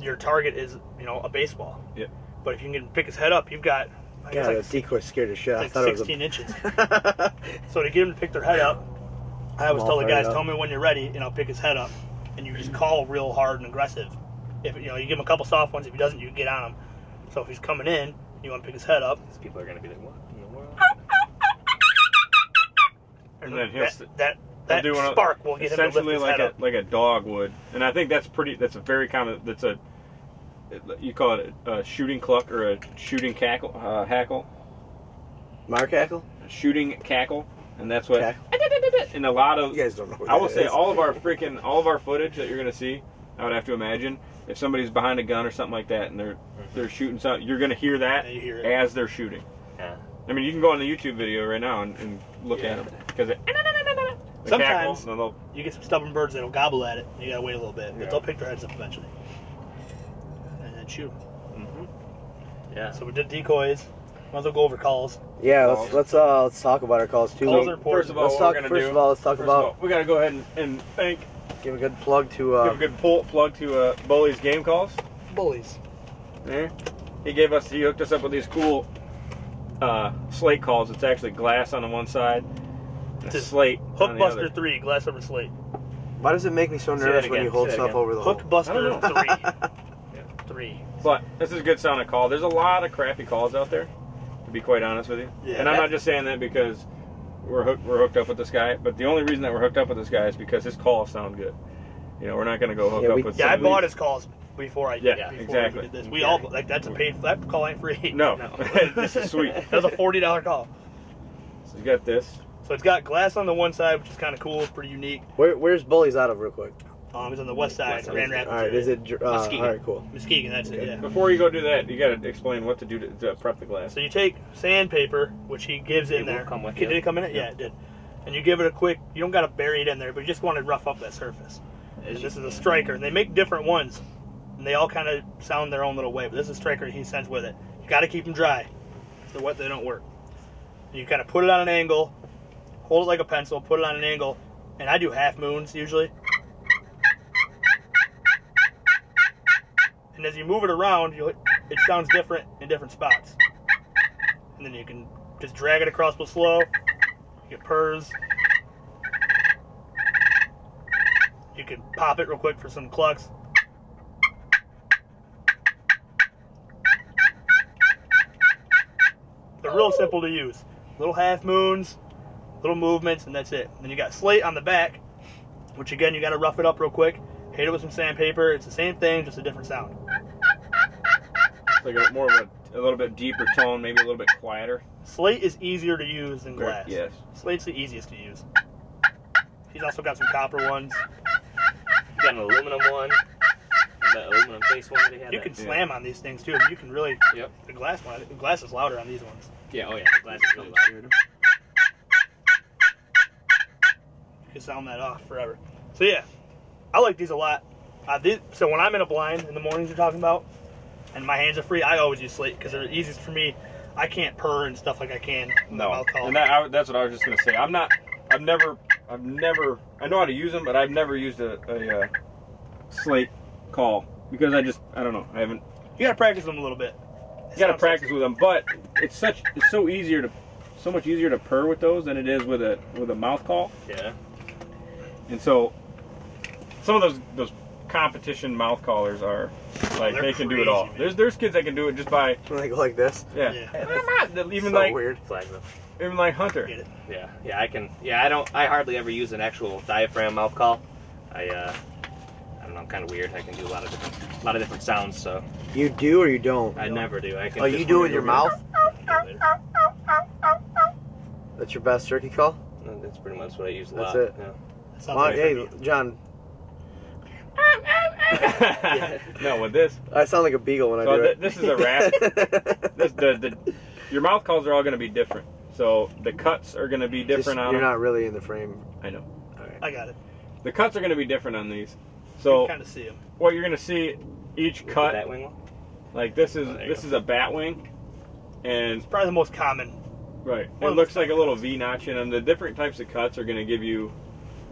Your target is, you know, a baseball. Yep. But if you can pick his head up, you've got like, it's God, like, that decoy scared the shit. I it's thought like it was 16 inches. a. So to get him to pick their head up, I always I'm tell all fired the guys, up. tell me when you're ready, and I'll pick his head up. And you just call real hard and aggressive. If you know, you give him a couple soft ones. If he doesn't, you get on him. So if he's coming in, you want to pick his head up, these people are gonna be like, what in the world? and, And then he'll that, st- that that They'll do one- spark will get him to lift essentially his like head a up. like a dog would, and I think that's pretty. That's a very common. That's a you call it a, shooting cluck or a shooting cackle, uh, hackle, Mark Hackle? shooting cackle, and that's what. Okay. And a lot of You guys don't know. What I will that say is. all of our freaking all of our footage that you're gonna see. I would have to imagine if somebody's behind a gun or something like that, and they're they're shooting something, you're gonna hear that Mm-hmm. Yeah, you hear it. as they're shooting. Yeah. I mean, you can go on the YouTube video right now and, and look Yeah. at them because Sometimes- they'll You get some stubborn birds that'll gobble at it. And you gotta wait a little bit, Yeah. but they'll pick their heads up eventually. And then shoot. 'em. Yeah. So we did decoys. Might as well go over calls. Yeah, let's let's uh let's talk about our calls too. Calls Let's are important. First of all, what talk. we're gonna First do, of all, let's talk First of about all, we got to go ahead and, and thank, give a good plug to. give a Uh, good pull, plug to uh, Bully's Game Calls. Bullies. Eh? He gave us, he hooked us up with these cool uh, slate calls. It's actually glass on the one side, and a It's a slate on the Hookbuster other. three, glass over slate. why does it make me so Say that nervous when again, you hold say stuff that again. over the hole? Hookbuster I three. Three. But this is a good sounding call. There's a lot of crappy calls out there, to be quite honest with you. Yeah, and I'm that- not just saying that because we're hooked, we're hooked up with this guy, but the only reason that we're hooked up with this guy is because his calls sound good. You know, we're not going to go hook Yeah, up we- with Yeah, I some of bought these- his calls before I Yeah, before we exactly. did this. We all like that's a paid that call ain't free. No, No. this is sweet. that was a forty dollar call. So you got this. So it's got glass on the one side, which is kind of cool, pretty unique. Where, where's Bullies out of real quick? Um, it's on the west side, West side. Grand Rapids. All right, area. is it? dr- Uh, all Muskegon. right, cool. Muskegon? That's it. Yeah. Before you go do that, you got to explain what to do to, to prep the glass. So you take sandpaper, which he gives It in will there. come with Did you. it come in it? Yeah, it did. And you give it a quick. You don't got to bury it in there, but you just want to rough up that surface. And this is a striker, and they make different ones, and they all kind of sound their own little way. But this is a striker he sends with it. You got to keep them dry, so what they don't work. You kind of put it on an angle, hold it like a pencil, put it on an angle, and I do half moons usually. And as you move it around, you it sounds different in different spots. And then you can just drag it across real slow. You get purrs. You can pop it real quick for some clucks. They're real simple to use. Little half moons, little movements, and that's it. Then you got slate on the back, which again you got to rough it up real quick. Hit it with some sandpaper. It's the same thing, just a different sound. It's like a, more of a, a little bit deeper tone, maybe a little bit quieter. Slate is easier to use than glass. Yes. Slate's the easiest to use. He's also got some copper ones. He's got an aluminum one. That aluminum face one that he had. You can that- Yeah. slam on these things too. You can really Yep. the glass one. The glass is louder on these ones. Yeah. Oh yeah. The glass is really loud. You can sound that off forever. So yeah, I like these a lot. Uh, these, so when I'm in a blind in the mornings you're talking about, and my hands are free, I always use slate because they're easiest for me. I can't purr and stuff like I can with my No, mouth call. and that, I, that's what I was just gonna say. I'm not. I've never. I've never. I know how to use them, but I've never used a, a uh, slate call because I just. I don't know. I haven't. you gotta practice them a little bit. You gotta practice with them, but it's such. It's so easier to. So much easier to purr with those than it is with a with a mouth call. Yeah. And so, some of those those competition mouth callers are like They're they can do it all. crazy, man. There's there's kids that can do it just by When I go like this, yeah. Yeah. Even so like weird. Flag them. even like Hunter. Get it. Yeah. Yeah. I can. Yeah. I don't. I hardly ever use an actual diaphragm mouth call. I. uh I don't know. I'm kind of weird. I can do a lot of different, a lot of different sounds. So You do or you don't? I never do. I can. Oh, just you do it with whenever- your mouth? Yeah, That's your best turkey call? That's pretty much what I use a That's lot. it. Yeah. That Well, sounds like hey, John, no, with this I sound like a beagle when I So do thi- it. this is a wrap. this, the, the your mouth calls are all going to be different. So the cuts are going to be Just- different on You're them. not really in the frame. I know. I got it. The cuts are going to be different on these. So, So kind of see him. what you're going to see each With the cut Batwing one? like this is Oh, there you this go. is a bat wing and It's probably the most common. right One it of looks those like a little V notch in them. The different types of cuts are going to give you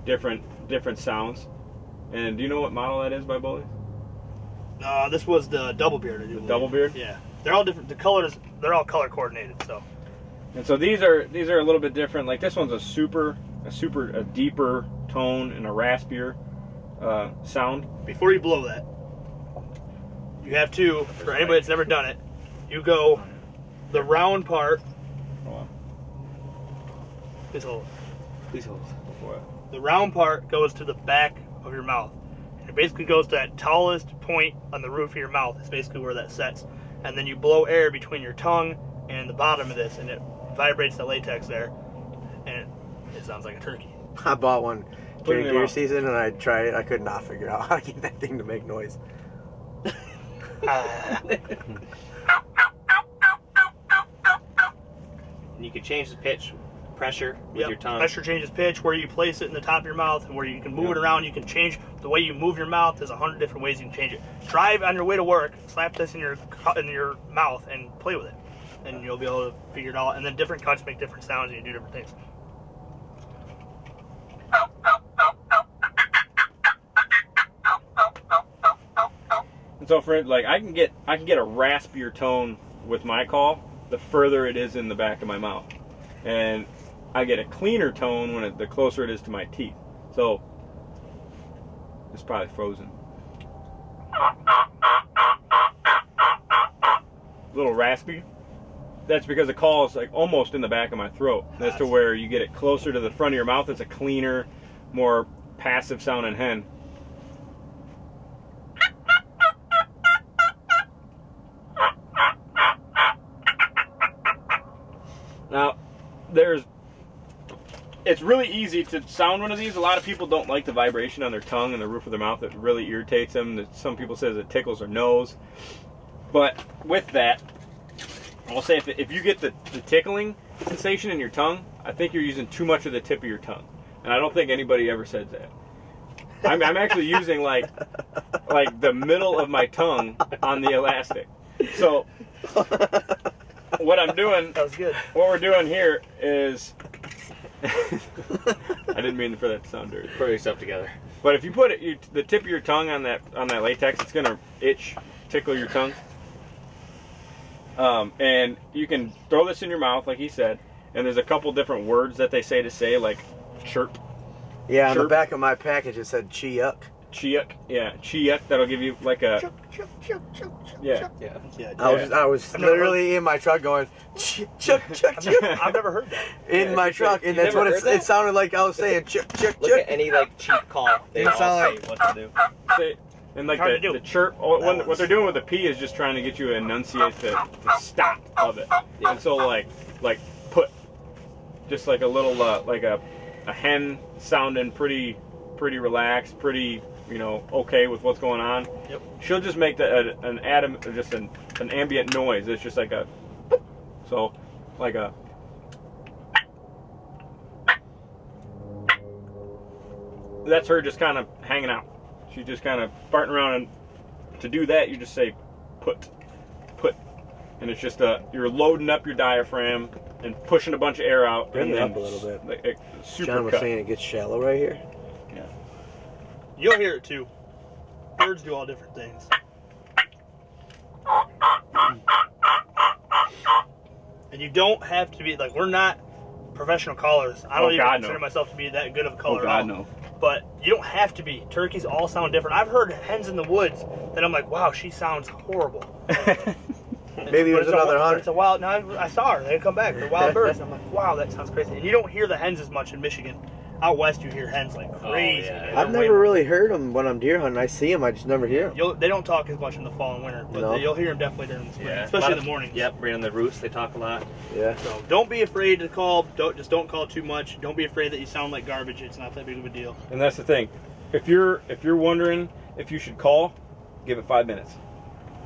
different different sounds. And do you know what model that is by Bully? Uh, this was the double beard. I do believe. double beard? Yeah, they're all different. The colors, they're all color coordinated. So And so these are these are a little bit different. Like this one's a super a super a deeper tone and a raspier uh, sound. before you blow that, you have to. For anybody that's never done it, you go the round part. Oh, Hold This hole. Please hold. on. What? The round part goes to the back of your mouth. And it basically goes to that tallest point on the roof of your mouth. It's basically where that sets. And then you blow air between your tongue and the bottom of this, and it vibrates the latex there, and it, it sounds like a turkey. I bought one Put it during in your deer mouth. season and I tried it. I could not figure out how to get that thing to make noise. Ah. And you can change the pitch, pressure with Yep. your tongue. Pressure changes pitch, where you place it in the top of your mouth, and where you can move it around. You can change the way you move your mouth. There's a hundred different ways you can change it. Drive on your way to work, slap this in your cu- in your mouth, and play with it, and you'll be able to figure it out. And then different cuts make different sounds, and you do different things. And so for like I can get I can get a raspier tone with my call the further it is in the back of my mouth, and I get a cleaner tone when it, the closer it is to my teeth. So it's probably frozen. little raspy. That's because the call is like almost in the back of my throat. That's to where you get it closer to the front of your mouth. It's a cleaner, more passive sounding hen. Now, there's. It's really easy to sound one of these. A lot of people don't like the vibration on their tongue and the roof of their mouth. It really irritates them. That- Some people says it tickles their nose. But with that, I'll say if, if you get the, the tickling sensation in your tongue, I think you're using too much of the tip of your tongue. And I don't think anybody ever said that. I'm, I'm actually using like like the middle of my tongue on the elastic. So what I'm doing That was good. what we're doing here is I didn't mean for that to sound dirty. Put yourself together. But if you put it, you, the tip of your tongue on that on that latex, it's gonna itch, tickle your tongue. Um, and you can throw this in your mouth, like he said. And there's a couple different words that they say to say, like chirp, Yeah, on Chirp. the back of my package it said chi yuck. chiuk, yeah, chiuk. That'll give you like a yeah. Yeah. Yeah, I was Yeah. I was I've never literally in my truck going chuck chuck chuck chuck I've never heard that. in Yeah, my you truck, said- and you that's never what it, heard it that? sounded like. I was saying chuck chuck Look chuck. at any like cheap call. They It's all not say what to do. Say, and like Hard the, to do. the chirp, all, That what, what one's- they're doing with the P is just trying to get you to enunciate the, the stop of it. Yeah. And so like like put, just like a little uh, like a a hen sounding pretty, pretty relaxed, pretty you know okay with what's going on. Yep. She'll just make the, a, an atom, or just an, an ambient noise. It's just like a, so like a. That's her just kind of hanging out. She's just kind of farting around, and to do that, you just say, "put, put," and it's just a you're loading up your diaphragm and pushing a bunch of air out, Bring and it then up a little bit. like, it- super John was cut. saying it gets shallow right here. You'll hear it too. Birds do all different things. And you don't have to be like we're not professional callers. I don't Oh, even God, consider no. myself to be that good of a Oh caller. at all. God, no. But you don't have to be. Turkeys all sound different. I've heard hens in the woods that I'm like, wow, she sounds horrible. Maybe it was But it's a- another but hunt. It's a wild. No, I I saw her. They come back. They're wild birds. I'm like, wow, that sounds crazy. And you don't hear the hens as much in Michigan. Out west, you hear hens like Oh, crazy. yeah. They're I've way never really heard them when I'm deer hunting. I see them, I just never hear them. You'll, they don't talk as much in the fall and winter, but No. they- you'll hear them definitely during the spring, Yeah. especially in Lot the of- morning. Yep, right on the roost. They talk a lot. Yeah. So don't be afraid to call. Don't just don't call too much. Don't be afraid that you sound like garbage. It's not that big of a deal. And that's the thing. If you're if you're wondering if you should call, give it five minutes.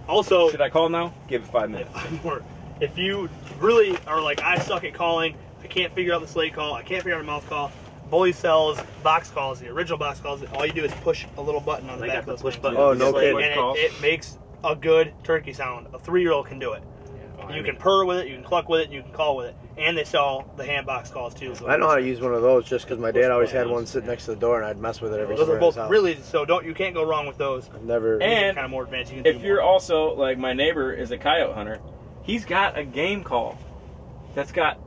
Also, Should I call now? Give it five minutes. more, if you really are like I suck at calling, I can't figure out the slate call, I can't figure out a mouth call. Bully sells box calls, the original box calls. All you do is push a little button on the They back got of the those push things. button. Oh, no Just kidding. like- and it, it makes a good turkey sound. A three-year-old can do it. Oh, I You mean, can purr with it, you can cluck with it, and you can call with it. And they sell the hand box calls too. So I know how to use one of those just because my dad always had buttons. one sitting next to the door and I'd mess with it every Those summer are in his both house. really so. Don't you can't go wrong with those. I've never. And- kind of more advanced. You can If do you're more. also like my neighbor is a coyote hunter, he's got a game call that's got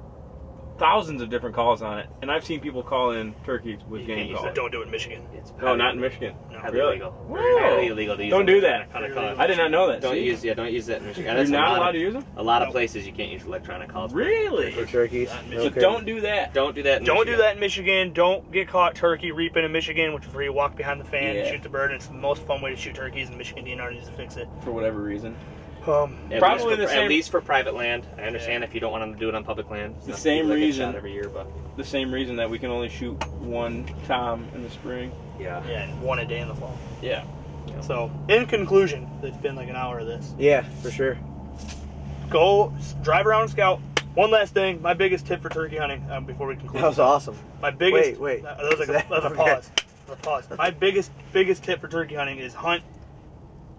thousands of different calls on it, and I've seen people call in turkeys with You can't game use calls. that. don't do it in Michigan. It's No, not in Michigan. No. highly Really? illegal. Whoa. Highly illegal to use Don't them. do that. Kind of call. I did not know that. Don't See? use yeah. Don't use that in Michigan. You're That's a lot not of- allowed to use them. A lot of places you can't use electronic calls. Really? For turkeys. So Okay. don't do that. Don't do that. In Don't do Michigan. that in Michigan. Don't get caught turkey reaping in Michigan, which is where you walk behind the fan and Yeah. shoot the bird. It's the most fun way to shoot turkeys, and Michigan DNR needs to fix it. For whatever reason, Um, At Probably least for, the same- At least for private land, I understand if you don't want them to do it on public land. It's The not same people that get reason. shot every year, but the same reason that we can only shoot one tom in the spring. yeah. yeah, and one a day in the fall. Yeah. So, in conclusion, it's been like an hour of this. Yeah, for sure. Go s- drive around and scout. One last thing, my biggest tip for turkey hunting um, before we conclude. That was awesome. My biggest Wait, wait. That was like a, Is that- that was a okay. pause. That was a pause. My biggest biggest tip for turkey hunting is hunt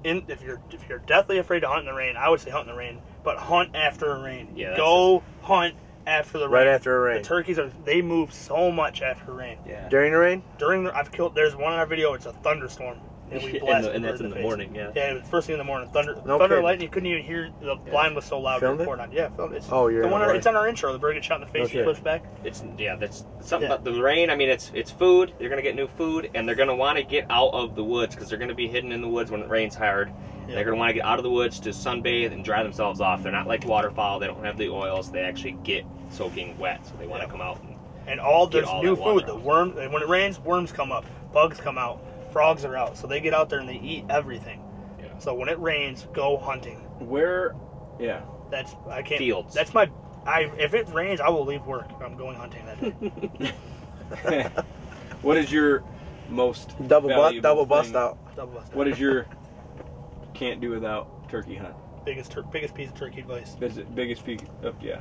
in if you're if you're deathly afraid to hunt in the rain, I would say hunt in the rain, but hunt after a rain. Yeah, that's Go hunt after the Right rain. after a rain. The turkeys are they move so much after rain. Yeah. During the rain? During the I've killed there's one in our video, it's a thunderstorm. And we and, blast the- and bird that's in the face. morning. Yeah. Yeah, it was first thing in the morning. Thunder, No thunder, kidding. lightning. You couldn't even hear. The blind was so loud. Filmed we recorded on. Yeah, filmed. It's, Oh, you're the in one. Hawaii. It's on our intro. The bird gets shot in the face. Okay. and pushed back. It's yeah. That's something Yeah. about the rain. I mean, it's it's food. They're gonna get new food, and they're gonna want to get out of the woods because they're gonna be hidden in the woods when it rains hard. Yeah. They're gonna want to get out of the woods to sunbathe and dry themselves off. They're not like waterfowl. They don't have the oils. They actually get soaking wet, so they want to Yeah. come out. And, and all Get this all new that water food. The out. worm and when it rains, worms come up, bugs come out, frogs are out. So they get out there and they eat everything. Yeah. So when it rains, go hunting. Where? Yeah. That's I can't. Fields. That's my. I if it rains, I will leave work. I'm going hunting that day. what is your most Double bust, valuable double bust thing- out. Double bust. What is your can't do without turkey hunt? biggest tur- biggest piece of turkey advice? That's the biggest peak. Of, yeah.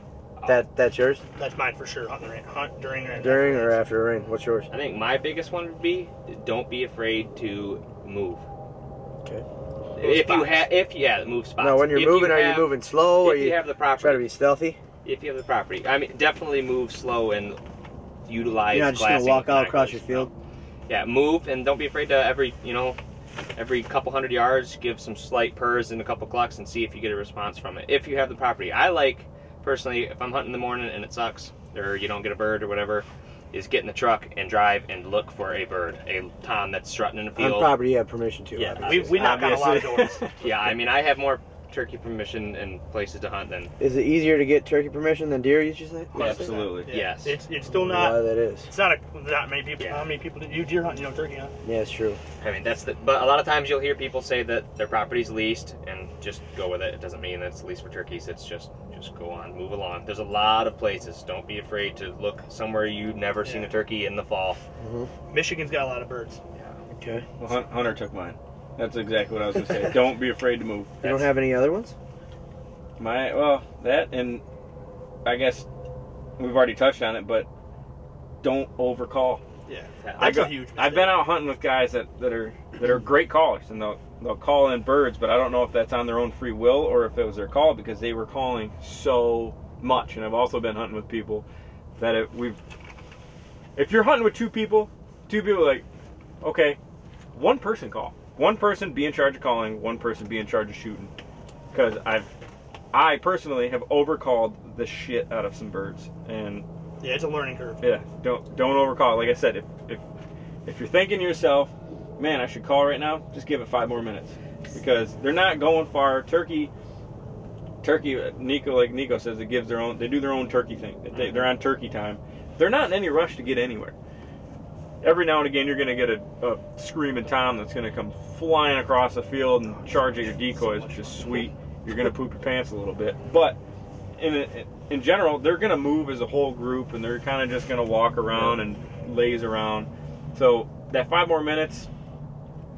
That that's yours. That's mine for sure. Hunt in the rain. Hunt during rain. During or after a rain? What's yours? I think my biggest one would be don't be afraid to move. Okay. If you spots. have, if yeah, move spots. Now, when you're If moving, you are have- you moving slow? Are if you, you have the trying to property, be stealthy? if you have the property, I mean, definitely move slow and utilize. You're not just gonna glassing walk with out across binoculars. your field? No. Yeah, move and don't be afraid to every you know, every couple hundred yards, give some slight purrs and a couple clucks and see if you get a response from it. If you have the property, I like personally if I'm hunting in the morning and it sucks or you don't get a bird or whatever. Is get in the truck and drive and look for a bird, a tom that's strutting in the On field. property, you have permission to. Yeah. obviously. We, we knock on a lot of Obviously. doors. Yeah, I mean, I have more turkey permission and places to hunt than Is it easier to get turkey permission than deer? You should say. Absolutely. Yeah. Yes. It's it's still Why not. that is? It's not a, not many people. Yeah. How many people do you deer hunt? You know turkey hunt. Yeah, it's true. I mean, that's the. But a lot of times you'll hear people say that their property's leased and just go with it. It doesn't mean that it's leased for turkeys. It's just just Just go on, move along. There's a lot of places. Don't be afraid to look somewhere you've never seen Yeah. a turkey in the fall. Michigan's got a lot of birds. Okay. Well, Hun- Hunter took mine. That's exactly what I was gonna say. Don't be afraid to move. You don't That's- have any other ones? My well, that and I guess we've already touched on it, but don't overcall. Yeah. Yeah. That's I a huge. I've been out hunting with guys that, that are that are great callers, and they'll they'll call in birds, but I don't know if that's on their own free will or if it was their call because they were calling so much. And I've also been hunting with people that it, we've. If you're hunting with two people, two people like, okay, one person call, one person be in charge of calling, one person be in charge of shooting, because I've. I personally have overcalled the shit out of some birds, and Yeah, it's a learning curve. yeah, don't don't overcall. Like I said, if if if you're thinking to yourself, man, I should call right now, just give it five more minutes because they're not going far. Turkey, turkey. uh, Nico, like Nico says, it gives their own. They do their own turkey thing. They- They, they're on turkey time. They're not in any rush to get anywhere. Every now and again, you're gonna get a, a screaming tom that's gonna come flying across the field and charge at your decoys, which is sweet. You're gonna poop your pants a little bit, but in in general, they're gonna move as a whole group, and they're kind of just gonna walk around and laze around. So that five more minutes,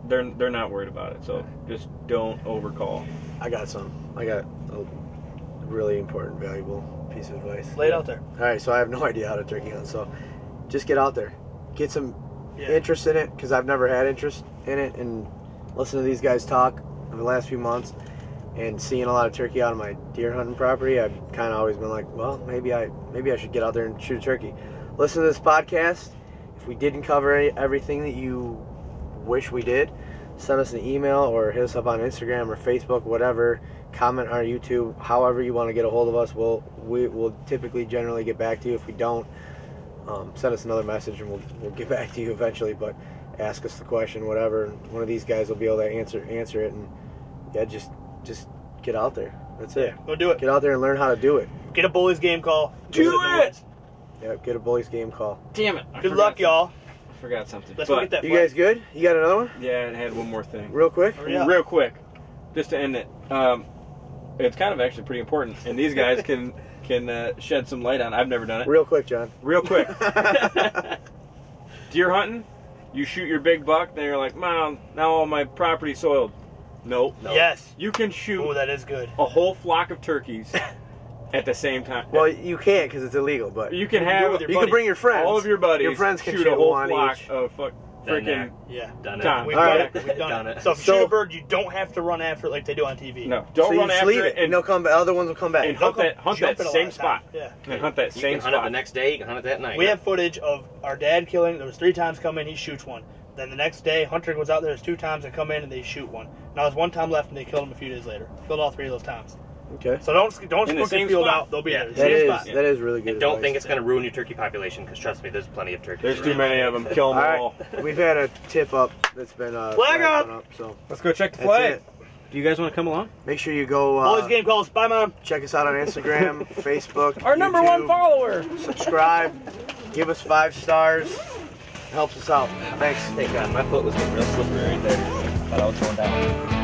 they're they're not worried about it. So just don't overcall. I got some. I got a really important, valuable piece of advice. Lay it out there. All right, so I have no idea how to turkey hunt, so just get out there, get some Yeah. interest in it, because I've never had interest in it, and listen to these guys talk over the last few months, and seeing a lot of turkey out of my deer hunting property, I've kind of always been like, well, maybe I maybe I should get out there and shoot a turkey. Listen to this podcast. If we didn't cover any, everything that you wish we did, send us an email or hit us up on Instagram or Facebook, whatever. Comment on our YouTube, however you want to get a hold of us. We'll we will typically generally get back to you. If we don't, um, send us another message and we'll we'll get back to you eventually. But ask us the question, whatever. and One of these guys will be able to answer answer it. And yeah, just just get out there. That's it. Go do it. Get out there and learn how to do it. Get a bullies game call. Do Visit the it! woods. Yeah, get a bullies game call. Damn it! I Good forgot luck, some- y'all. I forgot something. Let's But- go get that. You flag. guys good? You got another one? Yeah, and I had one more thing. Real quick. Hurry up. real quick, just to end it. Um, it's kind of actually pretty important, and these guys can can uh, shed some light on. it. I've never done it. Real quick, John. Real quick, deer hunting. You shoot your big buck, then you're like, "Mom, now all my property soiled." Nope. Yes. You can shoot Oh, that is good. a whole flock of turkeys at the same time. Well, you can't because it's illegal, but you can you can do it have with your you can bring your friends. all of your buddies. Your friends can shoot a whole one flock each. of fuck, Done freaking. Yeah. Done Tom. it. We've All done right. it. We've done, Done it. it. So if you So- shoot a bird, you don't have to run after it like they do on TV. No, don't so you run just after leave it and they'll come. The other ones will come back. and They'll hunt come that hunt jump that it a lot same of spot. times. Yeah. And hunt that You same can spot. hunt it the next day. You can hunt it that night. We have footage of our dad killing. There was three times come in, he shoots one. Then the next day, Hunter goes out there. There's two times that come in and they shoot one. Now there's one time left and they killed him a few days later. Killed all three of those times. okay. So don't don't In the spook same your field spot. out. They'll be Yeah. there. That Same is spot. that is really good. And don't advice. think it's going to ruin your turkey population because trust me, there's plenty of turkeys. There's too around. many of them. Kill All them all. right, we've had a tip up that's been uh, Flag flagged up, so Let's go check the that's flag. it. Do you guys want to come along? Make sure you go All these uh, game calls. Bye, mom. check us out on Instagram, Facebook. Our number YouTube. one follower. Subscribe, give us five stars. Helps us out. Thanks. Thank God, my foot was getting real slippery right there. But I was going down.